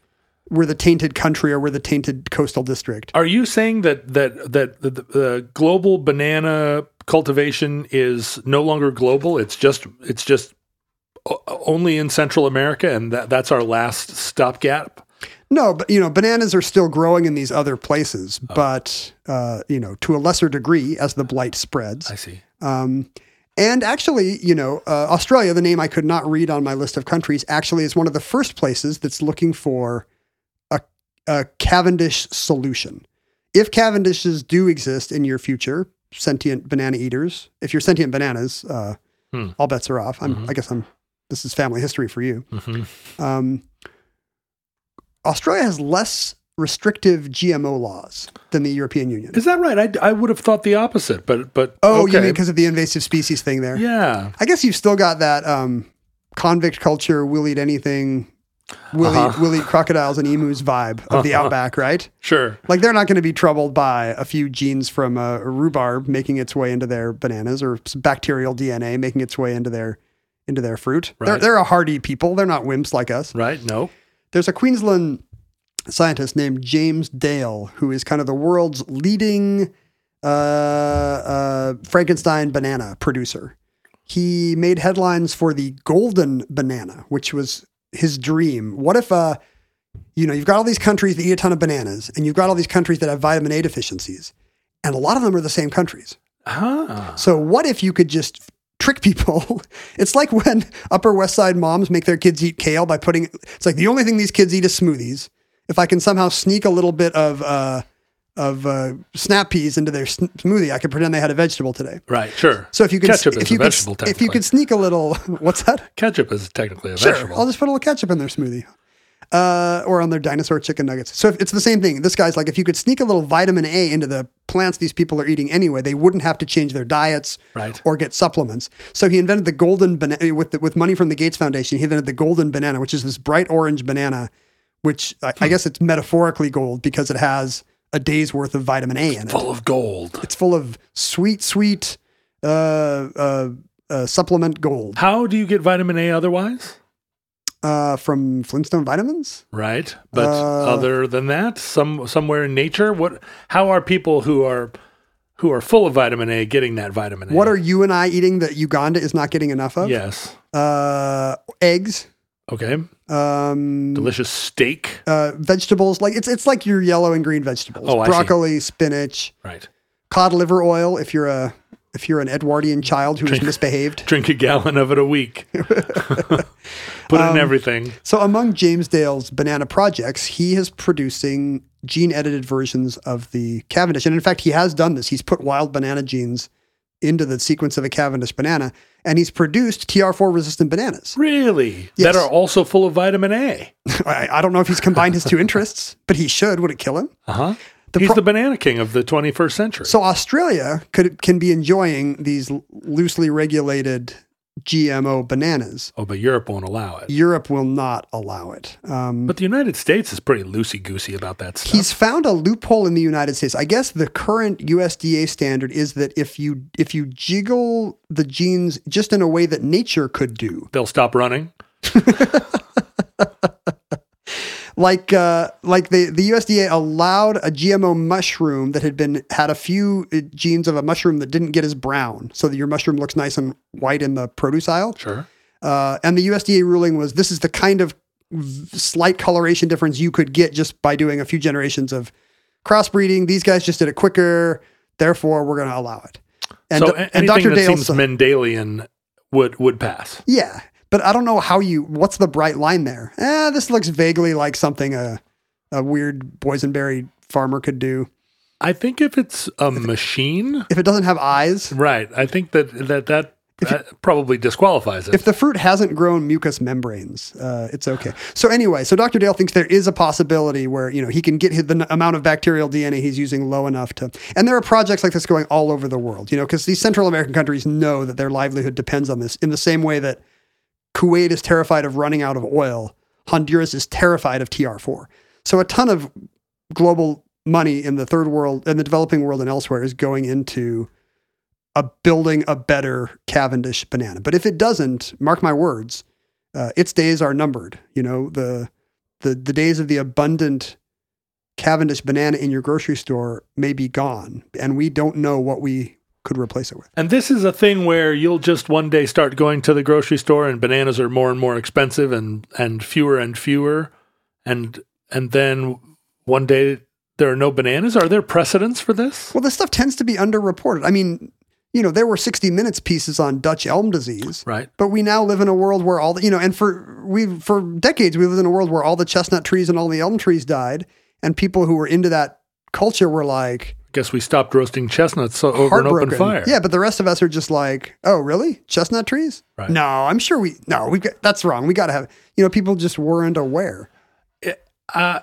[SPEAKER 5] we're the tainted country or we're the tainted coastal district.
[SPEAKER 3] are you saying that that that the, the, the global banana cultivation is no longer global? It's just it's just o- only in Central America, and that that's our last stopgap.
[SPEAKER 5] No, but you know, bananas are still growing in these other places, but uh, you know, to a lesser degree as the blight spreads.
[SPEAKER 3] I see.
[SPEAKER 5] Um, and actually, you know, uh, Australia, the name I could not read on my list of countries, actually is one of the first places that's looking for a, a Cavendish solution. If Cavendishes do exist in your future, sentient banana eaters, if you're sentient bananas, uh,
[SPEAKER 3] Hmm.
[SPEAKER 5] all bets are off. I'm, I guess I'm. This is family history for you.
[SPEAKER 3] Mhm.
[SPEAKER 5] Um, Australia has less restrictive GMO laws than the European Union.
[SPEAKER 3] Is that right? I, I would have thought the opposite, but but
[SPEAKER 5] Oh, you
[SPEAKER 3] okay.
[SPEAKER 5] mean because of the invasive species thing there?
[SPEAKER 3] yeah.
[SPEAKER 5] I guess you've still got that um, convict culture, we'll eat anything, we'll, eat,
[SPEAKER 3] Uh-huh.
[SPEAKER 5] we'll eat crocodiles and emus vibe of the
[SPEAKER 3] Uh-huh.
[SPEAKER 5] outback, right?
[SPEAKER 3] Sure.
[SPEAKER 5] Like they're not going to be troubled by a few genes from uh, rhubarb making its way into their bananas or some bacterial DNA making its way into their into their fruit. They're,
[SPEAKER 3] Right.
[SPEAKER 5] they're a hardy people. They're not wimps like us.
[SPEAKER 3] Right. No.
[SPEAKER 5] There's a Queensland scientist named James Dale who is kind of the world's leading uh, uh, Frankenstein banana producer. He made headlines for the golden banana, which was his dream. What if, uh, you know, you've got all these countries that eat a ton of bananas, and you've got all these countries that have vitamin A deficiencies, and a lot of them are the same countries.
[SPEAKER 3] Ah.
[SPEAKER 5] So what if you could just trick people? it's like when Upper West Side moms make their kids eat kale by putting. It's like the only thing these kids eat is smoothies. If I can somehow sneak a little bit of uh, of uh, snap peas into their sn- smoothie, I could pretend they had a vegetable today.
[SPEAKER 3] Right. Sure.
[SPEAKER 5] So if you could,
[SPEAKER 3] ketchup
[SPEAKER 5] if
[SPEAKER 3] is
[SPEAKER 5] you
[SPEAKER 3] a vegetable,
[SPEAKER 5] could, if you
[SPEAKER 3] technically.
[SPEAKER 5] could sneak a little, what's that?
[SPEAKER 3] ketchup is technically a vegetable.
[SPEAKER 5] I'll just put a little ketchup in their smoothie. Uh, or on their dinosaur chicken nuggets. So if, it's the same thing. This guy's like, if you could sneak a little vitamin A into the plants these people are eating anyway, they wouldn't have to change their diets
[SPEAKER 3] Right.
[SPEAKER 5] or get supplements. So he invented the golden banana with the, with money from the Gates Foundation. He invented the golden banana, which is this bright orange banana, which I,
[SPEAKER 3] Hmm.
[SPEAKER 5] I guess it's metaphorically gold because it has a day's worth of vitamin A in it.
[SPEAKER 3] Full of gold.
[SPEAKER 5] It's full of sweet, sweet uh, uh, uh, supplement gold
[SPEAKER 3] How do you get vitamin A otherwise?
[SPEAKER 5] uh, from Flintstone vitamins.
[SPEAKER 3] Right. But
[SPEAKER 5] Uh,
[SPEAKER 3] other than that, some somewhere in nature, what how are people who are who are full of vitamin A getting that vitamin A?
[SPEAKER 5] What are you and I eating that Uganda is not getting enough of?
[SPEAKER 3] Yes.
[SPEAKER 5] Uh, eggs,
[SPEAKER 3] Okay.
[SPEAKER 5] um,
[SPEAKER 3] Delicious steak.
[SPEAKER 5] uh, vegetables. Like it's it's like your yellow and green vegetables.
[SPEAKER 3] Oh, I see.
[SPEAKER 5] Broccoli, spinach,
[SPEAKER 3] Right.
[SPEAKER 5] cod liver oil. If you're a if you're an Edwardian child who's misbehaved.
[SPEAKER 3] Drink a gallon of it a week. Put
[SPEAKER 5] Um,
[SPEAKER 3] in everything.
[SPEAKER 5] So among James Dale's banana projects, he is producing gene edited versions of the Cavendish, and in fact, he has done this. He's put wild banana genes into the sequence of a Cavendish banana, and he's produced TR4 resistant bananas.
[SPEAKER 3] Really?
[SPEAKER 5] Yes.
[SPEAKER 3] That are also full of vitamin A.
[SPEAKER 5] I, I don't know if he's combined his two interests, but he should. Would it kill him?
[SPEAKER 3] Uh-huh. He's
[SPEAKER 5] pro-
[SPEAKER 3] the banana king of the 21st century.
[SPEAKER 5] So Australia could can be enjoying these l- loosely regulated GMO bananas.
[SPEAKER 3] oh, but Europe won't allow it.
[SPEAKER 5] Europe will not allow it. Um,
[SPEAKER 3] But the United States is pretty loosey goosey about that stuff.
[SPEAKER 5] he's found a loophole in the United States. I guess the current USDA standard is that if you if you jiggle the genes just in a way that nature could do,
[SPEAKER 3] They'll stop running.
[SPEAKER 5] like uh, like the the USDA allowed a GMO mushroom that had been had a few uh, genes of a mushroom that didn't get as brown, so that your mushroom looks nice and white in the produce aisle.
[SPEAKER 3] Sure.
[SPEAKER 5] Uh, and the USDA ruling was this is the kind of v- slight coloration difference you could get just by doing a few generations of crossbreeding. These guys just did it quicker, therefore we're going to allow it. And,
[SPEAKER 3] so a-
[SPEAKER 5] and
[SPEAKER 3] anything
[SPEAKER 5] Dr.
[SPEAKER 3] that
[SPEAKER 5] Dale
[SPEAKER 3] seems
[SPEAKER 5] said-
[SPEAKER 3] Mendelian would would pass.
[SPEAKER 5] yeah, but I don't know how you. What's the bright line there? Eh, this looks vaguely like something a a weird boysenberry farmer could do
[SPEAKER 3] I think if it's a machine,
[SPEAKER 5] if it doesn't have eyes.
[SPEAKER 3] right? I think that that that, that probably disqualifies it.
[SPEAKER 5] If the fruit hasn't grown mucous membranes, uh, it's okay. So anyway, so Dr. Dale thinks there is a possibility where you know he can get his, the n- amount of bacterial DNA he's using low enough to. And there are projects like this going all over the world, you know, because these Central American countries know that their livelihood depends on this. In the same way that Kuwait is terrified of running out of oil, Honduras is terrified of TR4. So a ton of global money in the third world in the developing world and elsewhere is going into a building a better Cavendish banana. But if it doesn't, mark my words, uh, its days are numbered. You know the the the days of the abundant Cavendish banana in your grocery store may be gone, and we don't know what we could replace it with.
[SPEAKER 3] and this is a thing where you'll just one day start going to the grocery store, and bananas are more and more expensive, and and fewer and fewer, and and then one day there are no bananas. Are there precedents for this?
[SPEAKER 5] Well, this stuff tends to be underreported. I mean, you know, there were 60 Minutes pieces on Dutch elm disease.
[SPEAKER 3] Right.
[SPEAKER 5] But we now live in a world where all the, you know, and for we for decades we lived in a world where all the chestnut trees and all the elm trees died, and people who were into that culture were like
[SPEAKER 3] Guess we stopped roasting chestnuts so, over an
[SPEAKER 5] heartbroken.
[SPEAKER 3] open fire.
[SPEAKER 5] Yeah, but the rest of us are just like, oh, really? Chestnut trees?
[SPEAKER 3] Right.
[SPEAKER 5] No, I'm sure we no, we got that's wrong. We got to have you know, people just weren't aware.
[SPEAKER 3] uh,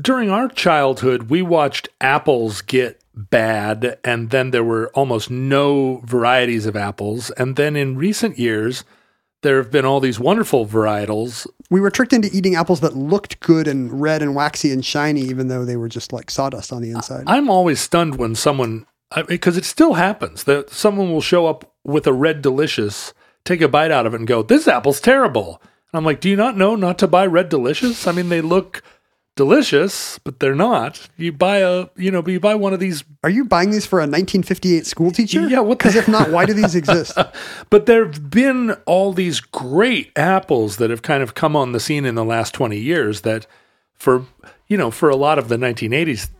[SPEAKER 3] during our childhood, we watched apples get bad, and then there were almost no varieties of apples. And then in recent years, there have been all these wonderful varietals.
[SPEAKER 5] We were tricked into eating apples that looked good and red and waxy and shiny, even though they were just like sawdust on the inside.
[SPEAKER 3] I'm always stunned when someone, because it still happens, that someone will show up with a red delicious, take a bite out of it, and go, This apple's terrible. And I'm like, Do you not know not to buy red delicious? I mean, they look delicious, but they're not. You buy a, you know, you buy one of these
[SPEAKER 5] Are you buying these for a 1958 school teacher?
[SPEAKER 3] Yeah, what the-
[SPEAKER 5] Because if not, why do these exist?
[SPEAKER 3] But there have been all these great apples that have kind of come on the scene in the last 20 years that for you know for a lot of the 1980s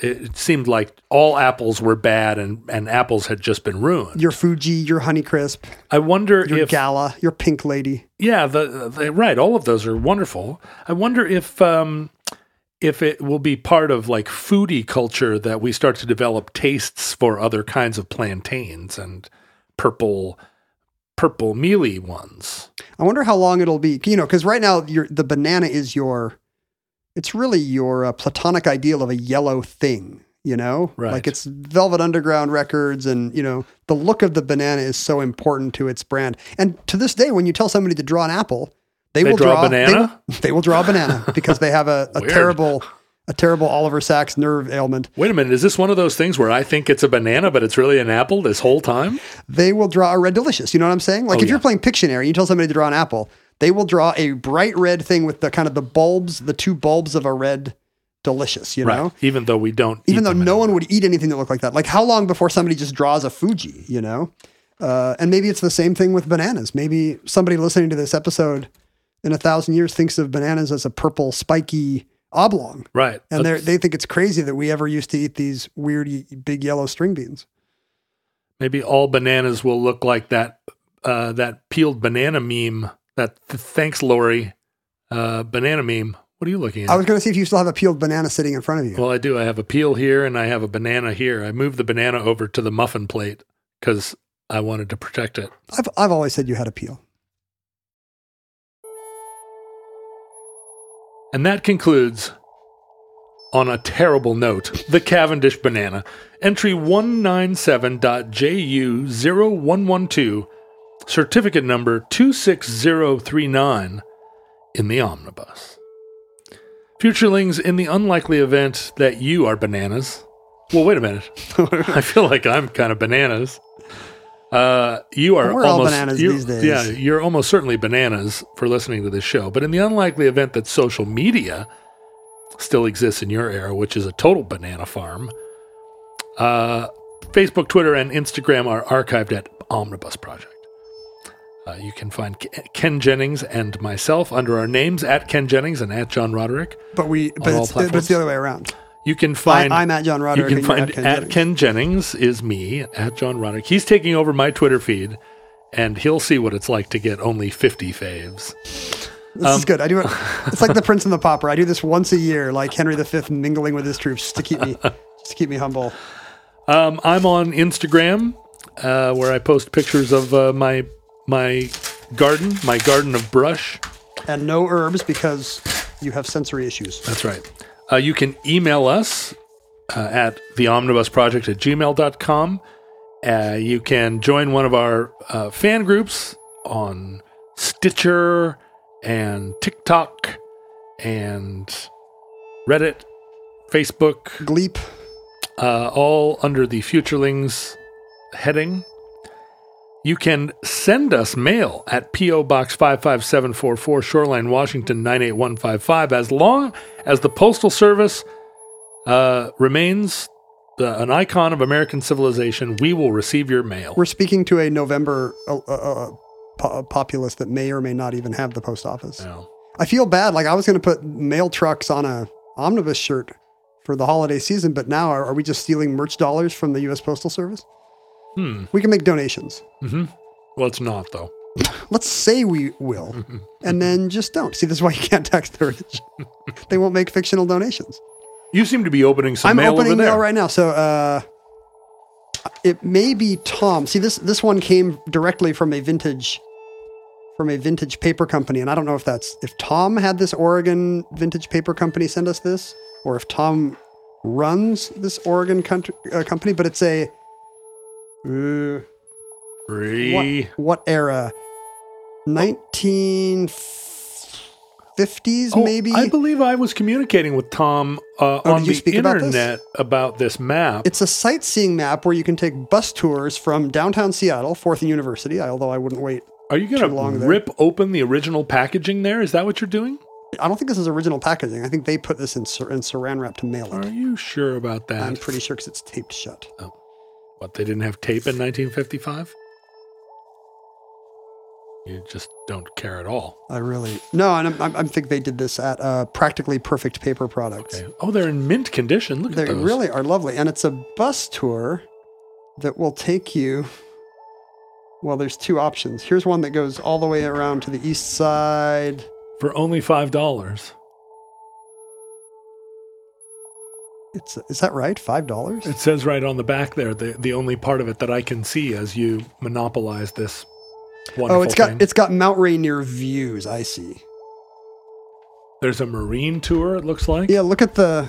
[SPEAKER 3] it it seemed like all apples were bad and and apples had just been ruined.
[SPEAKER 5] Your Fuji, your Honeycrisp,
[SPEAKER 3] I wonder
[SPEAKER 5] your
[SPEAKER 3] if
[SPEAKER 5] Gala, your Pink Lady.
[SPEAKER 3] yeah, the, the right, all of those are wonderful. I wonder if um if it will be part of like foodie culture that we start to develop tastes for other kinds of plantains and purple purple mealy ones.
[SPEAKER 5] I wonder how long it'll be. You know, because right now your the banana is your, it's really your uh, platonic ideal of a yellow thing. You know,
[SPEAKER 3] Right.
[SPEAKER 5] like it's Velvet Underground records, and you know the look of the banana is so important to its brand. And to this day, when you tell somebody to draw an apple, they,
[SPEAKER 3] They
[SPEAKER 5] will
[SPEAKER 3] draw a
[SPEAKER 5] they
[SPEAKER 3] banana?
[SPEAKER 5] will- They, will draw a banana because they have a, a
[SPEAKER 3] Weird.
[SPEAKER 5] terrible, a terrible Oliver Sacks nerve ailment.
[SPEAKER 3] Wait a minute, is this one of those things where I think it's a banana, but it's really an apple this whole time?
[SPEAKER 5] they will draw a red delicious. You know what I'm saying? Like if you're
[SPEAKER 3] Oh, yeah.
[SPEAKER 5] playing Pictionary and you tell somebody to draw an apple, they will draw a bright red thing with the kind of the bulbs, the two bulbs of a red delicious, you know?
[SPEAKER 3] Even though we don't.
[SPEAKER 5] Even
[SPEAKER 3] eat
[SPEAKER 5] though
[SPEAKER 3] them
[SPEAKER 5] no
[SPEAKER 3] anymore.
[SPEAKER 5] one would eat anything that looked like that. Like how long before somebody just draws a Fuji, you know? Uh, and maybe it's the same thing with bananas. Maybe somebody listening to this episode in a thousand years thinks of bananas as a purple spiky oblong.
[SPEAKER 3] Right.
[SPEAKER 5] And they
[SPEAKER 3] That's-
[SPEAKER 5] they think it's crazy that we ever used to eat these weird y- big yellow string beans.
[SPEAKER 3] Maybe all bananas will look like that uh, that peeled banana meme, that th- thanks, Lori, uh, banana meme. What are you looking at?
[SPEAKER 5] I was going to see if you still have a peeled banana sitting in front of you.
[SPEAKER 3] well, I do. I have a peel here and I have a banana here. I moved the banana over to the muffin plate because I wanted to protect it.
[SPEAKER 5] I've, I've always said you had a peel.
[SPEAKER 3] And that concludes, on a terrible note, the Cavendish banana. Entry 197.JU0112, certificate number 26039 in the omnibus. Futurelings, in the unlikely event that you are bananas. Well, wait a minute. I feel like I'm kind of bananas. Uh, you are
[SPEAKER 5] We're all
[SPEAKER 3] almost
[SPEAKER 5] bananas
[SPEAKER 3] you're-
[SPEAKER 5] these days.
[SPEAKER 3] Yeah, you're almost certainly bananas for listening to this show. But in the unlikely event that social media still exists in your era, which is a total banana farm, uh, Facebook, Twitter, and Instagram are archived at Omnibus Project. Uh, you can find Ke- Ken Jennings and myself under our names at Ken Jennings and at John Roderick.
[SPEAKER 5] But we,
[SPEAKER 3] all
[SPEAKER 5] but it's, but
[SPEAKER 3] platforms.
[SPEAKER 5] it's the other way around.
[SPEAKER 3] You can find
[SPEAKER 5] I'm at John Roderick
[SPEAKER 3] You can
[SPEAKER 5] and you're
[SPEAKER 3] find
[SPEAKER 5] at Ken
[SPEAKER 3] at
[SPEAKER 5] Jennings.
[SPEAKER 3] Ken Jennings is me at John Roderick. He's taking over my Twitter feed, and he'll see what it's like to get only 50 faves.
[SPEAKER 5] This
[SPEAKER 3] Um,
[SPEAKER 5] is good. I do it. It's like the Prince and the Pauper. I do this once a year, like Henry V mingling with his troops just to keep me, just to keep me humble.
[SPEAKER 3] Um, I'm on Instagram uh, where I post pictures of uh, my my garden, my garden of brush.
[SPEAKER 5] And no herbs because you have sensory issues.
[SPEAKER 3] That's right. Uh, you can email us uh, at the omnibus project at gmail.com. Uh, you can join one of our uh, fan groups on Stitcher and TikTok and Reddit, Facebook,
[SPEAKER 5] Gleep.
[SPEAKER 3] uh, all under the Futurelings heading. You can send us mail at P.O. Box 55744 Shoreline, Washington 98155 as long as the Postal Service uh, remains the, an icon of American civilization. We will receive your mail.
[SPEAKER 5] We're speaking to a November uh, uh, uh, po- populace that may or may not even have the post office.
[SPEAKER 3] Now,
[SPEAKER 5] I feel bad. Like I was going to put mail trucks on a omnibus shirt for the holiday season, but now are, are we just stealing merch dollars from the U.S. Postal Service?
[SPEAKER 3] Hmm.
[SPEAKER 5] We can make donations.
[SPEAKER 3] Well, it's not, though.
[SPEAKER 5] Let's say we will, and then just don't. See, this is why you can't tax the rich. they won't make fictional donations.
[SPEAKER 3] You seem to be opening some
[SPEAKER 5] I'm
[SPEAKER 3] mail
[SPEAKER 5] opening
[SPEAKER 3] over there.
[SPEAKER 5] mail right now. So uh, it may be Tom. See this this one came directly from a vintage from a vintage paper company, and I don't know if that's if Tom had this Oregon vintage paper company send us this, or if Tom runs this Oregon country, uh, company. But it's a uh,
[SPEAKER 3] Free.
[SPEAKER 5] what, what era? 1950s,
[SPEAKER 3] Oh,
[SPEAKER 5] maybe.
[SPEAKER 3] I believe I was communicating with Tom uh,
[SPEAKER 5] Oh,
[SPEAKER 3] on
[SPEAKER 5] did you
[SPEAKER 3] the
[SPEAKER 5] speak about this?
[SPEAKER 3] internet about this map.
[SPEAKER 5] It's a sightseeing map where you can take bus tours from downtown Seattle, Fourth and University, although I wouldn't wait.
[SPEAKER 3] Are you going
[SPEAKER 5] too long
[SPEAKER 3] to
[SPEAKER 5] there.
[SPEAKER 3] rip open the original packaging there? Is that what you're doing?
[SPEAKER 5] I don't think this is original packaging. I think they put this in, sar- in saran wrap to mail
[SPEAKER 3] Are
[SPEAKER 5] it.
[SPEAKER 3] you sure about that?
[SPEAKER 5] I'm pretty sure because it's taped shut.
[SPEAKER 3] Oh. What, they didn't have tape in 1955? You just don't care at all.
[SPEAKER 5] I really no, and I'm, I'm, I think they did this at uh, practically perfect paper products.
[SPEAKER 3] Okay. Oh, they're in mint condition. Look
[SPEAKER 5] They
[SPEAKER 3] at those.
[SPEAKER 5] really are lovely, and it's a bus tour that will take you. Well, there's two options. Here's one that goes all the way around to the east side.
[SPEAKER 3] For only $5.
[SPEAKER 5] It's is that right? Five dollars.
[SPEAKER 3] It says right on the back there, the, the only part of it that I can see as you monopolize this wonderful
[SPEAKER 5] Oh, it's got
[SPEAKER 3] thing.
[SPEAKER 5] it's got Mount Rainier views. I see.
[SPEAKER 3] There's a marine tour, it looks like.
[SPEAKER 5] Yeah, look at the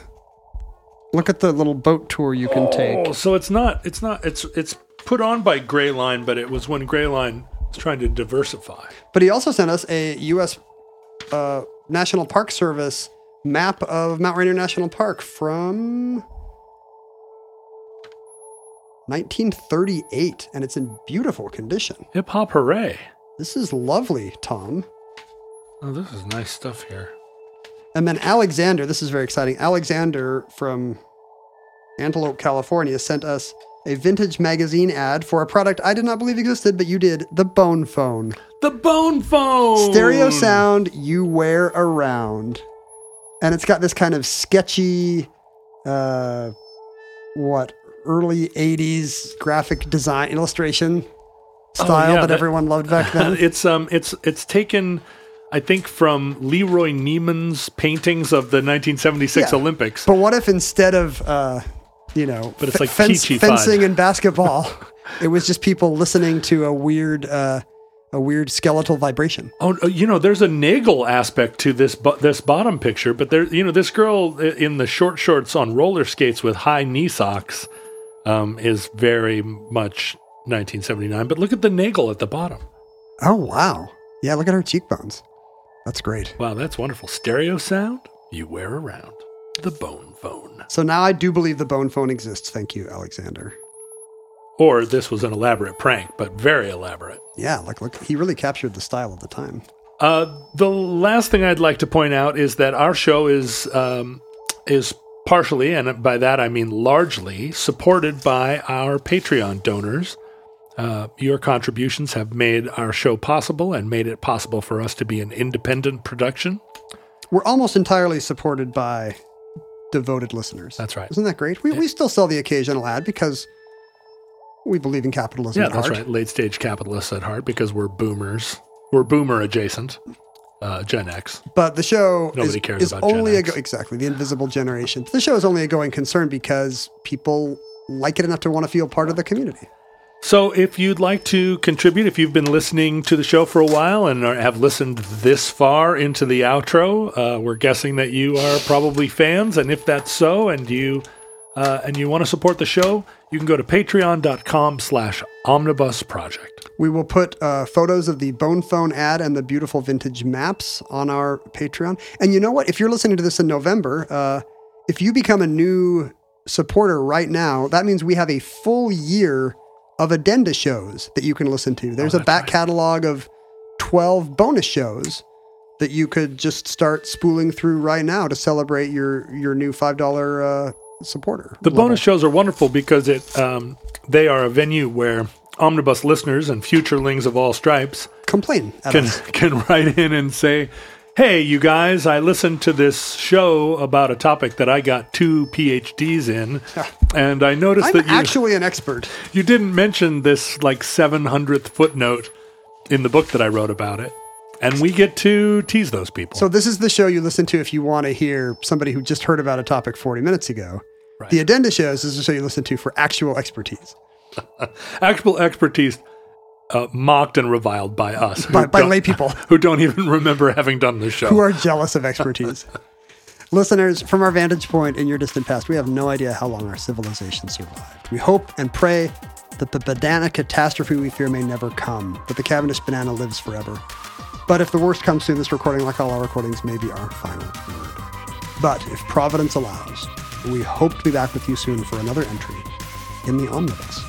[SPEAKER 5] look at the little boat tour you can
[SPEAKER 3] Oh,
[SPEAKER 5] take.
[SPEAKER 3] so it's not it's not it's it's put on by Gray Line, but it was when Gray Line was trying to diversify.
[SPEAKER 5] But he also sent us a U.S. Uh, National Park Service map of Mount Rainier National Park from 1938, and it's in beautiful condition.
[SPEAKER 3] Hip hop hooray.
[SPEAKER 5] This is lovely, Tom.
[SPEAKER 3] Oh, this is nice stuff here.
[SPEAKER 5] And then Alexander, this is very exciting. Alexander from Antelope, California sent us a vintage magazine ad for a product I did not believe existed, but you did the Bone Phone.
[SPEAKER 3] The bone phone.
[SPEAKER 5] Stereo sound you wear around. And it's got this kind of sketchy, uh, what, early 80s graphic design illustration style
[SPEAKER 3] Oh, yeah,
[SPEAKER 5] that,
[SPEAKER 3] that-
[SPEAKER 5] everyone loved back then.
[SPEAKER 3] it's um it's it's taken I think from Leroy Neiman's paintings of the 1976
[SPEAKER 5] Yeah.
[SPEAKER 3] Olympics. Oh,
[SPEAKER 5] But what if instead of uh, you know,
[SPEAKER 3] But it's like peachy fun.
[SPEAKER 5] fencing and basketball, it was just people listening to a weird, uh, a weird skeletal vibration.
[SPEAKER 3] Oh, uh, you know, there's a Nagel aspect to this bo- this bottom picture, but there, you know, this girl i- in the short shorts on roller skates with high knee socks um, is very much 1979. But look at the Nagel at the bottom.
[SPEAKER 5] Oh wow! Yeah, look at her cheekbones. That's great.
[SPEAKER 3] Wow, that's wonderful. Stereo sound you wear around the bone phone.
[SPEAKER 5] So now I do believe the bone phone exists. Thank you, Alexander.
[SPEAKER 3] Or this was an elaborate prank, but very elaborate.
[SPEAKER 5] Yeah, like look, he really captured the style of the time.
[SPEAKER 3] Uh, the last thing I'd like to point out is that our show is um, is partially, and by that I mean largely, supported by our Patreon donors. Uh, your contributions have made our show possible and made it possible for us to be an independent production.
[SPEAKER 5] We're almost entirely supported by devoted listeners.
[SPEAKER 3] That's right.
[SPEAKER 5] Isn't that great? We, we still sell the occasional ad because we believe in capitalism.
[SPEAKER 3] Yeah,
[SPEAKER 5] at
[SPEAKER 3] that's
[SPEAKER 5] heart.
[SPEAKER 3] right. Late stage capitalists at heart because we're boomers. We're boomer adjacent, uh, Gen X.
[SPEAKER 5] But the show
[SPEAKER 3] Nobody
[SPEAKER 5] is,
[SPEAKER 3] cares
[SPEAKER 5] is
[SPEAKER 3] about Gen
[SPEAKER 5] only a
[SPEAKER 3] X.
[SPEAKER 5] go- exactly the invisible generation. The show is only a going concern because people like it enough to want to feel part of the community.
[SPEAKER 3] So, if you'd like to contribute, if you've been listening to the show for a while and are, have listened this far into the outro, uh, we're guessing that you are probably fans. And if that's so, and you uh, and you want to support the show, you can go to Patreon.com/slash Omnibus Project.
[SPEAKER 5] We will put uh, photos of the Bone Phone ad and the beautiful vintage maps on our Patreon. And you know what? If you're listening to this in November, uh, if you become a new supporter right now, that means we have a full year of addenda shows that you can listen to.
[SPEAKER 3] Oh,
[SPEAKER 5] There's a back catalog of 12 bonus shows that you could just start spooling through right now to celebrate your your new $5 uh, supporter.
[SPEAKER 3] The bonus shows are wonderful because it um, they are a venue where Omnibus listeners and futurelings of all stripes
[SPEAKER 5] complain at
[SPEAKER 3] can
[SPEAKER 5] us.
[SPEAKER 3] can write in and say, "Hey, you guys, I listened to this show about a topic that I got two PhDs in, and I noticed
[SPEAKER 5] I'm
[SPEAKER 3] that you
[SPEAKER 5] actually an expert.
[SPEAKER 3] you didn't mention this like 700th footnote in the book that I wrote about it." And we get to tease those people.
[SPEAKER 5] So this is the show you listen to if you want to hear somebody who just heard about a topic 40 minutes ago. The addenda shows is the show you listen to for actual expertise
[SPEAKER 3] Actual expertise uh, mocked and reviled by us
[SPEAKER 5] by,
[SPEAKER 3] who
[SPEAKER 5] by
[SPEAKER 3] don't-
[SPEAKER 5] lay people
[SPEAKER 3] who don't even remember having done the show.
[SPEAKER 5] who are jealous of expertise. Listeners, from our vantage point in your distant past, we have no idea how long our civilization survived. We hope and pray that the banana catastrophe we fear may never come, that the Cavendish banana lives forever. But if the worst comes soon, this recording, like all our recordings, may be our final word. But if Providence allows, we hope to be back with you soon for another entry in the Omnibus.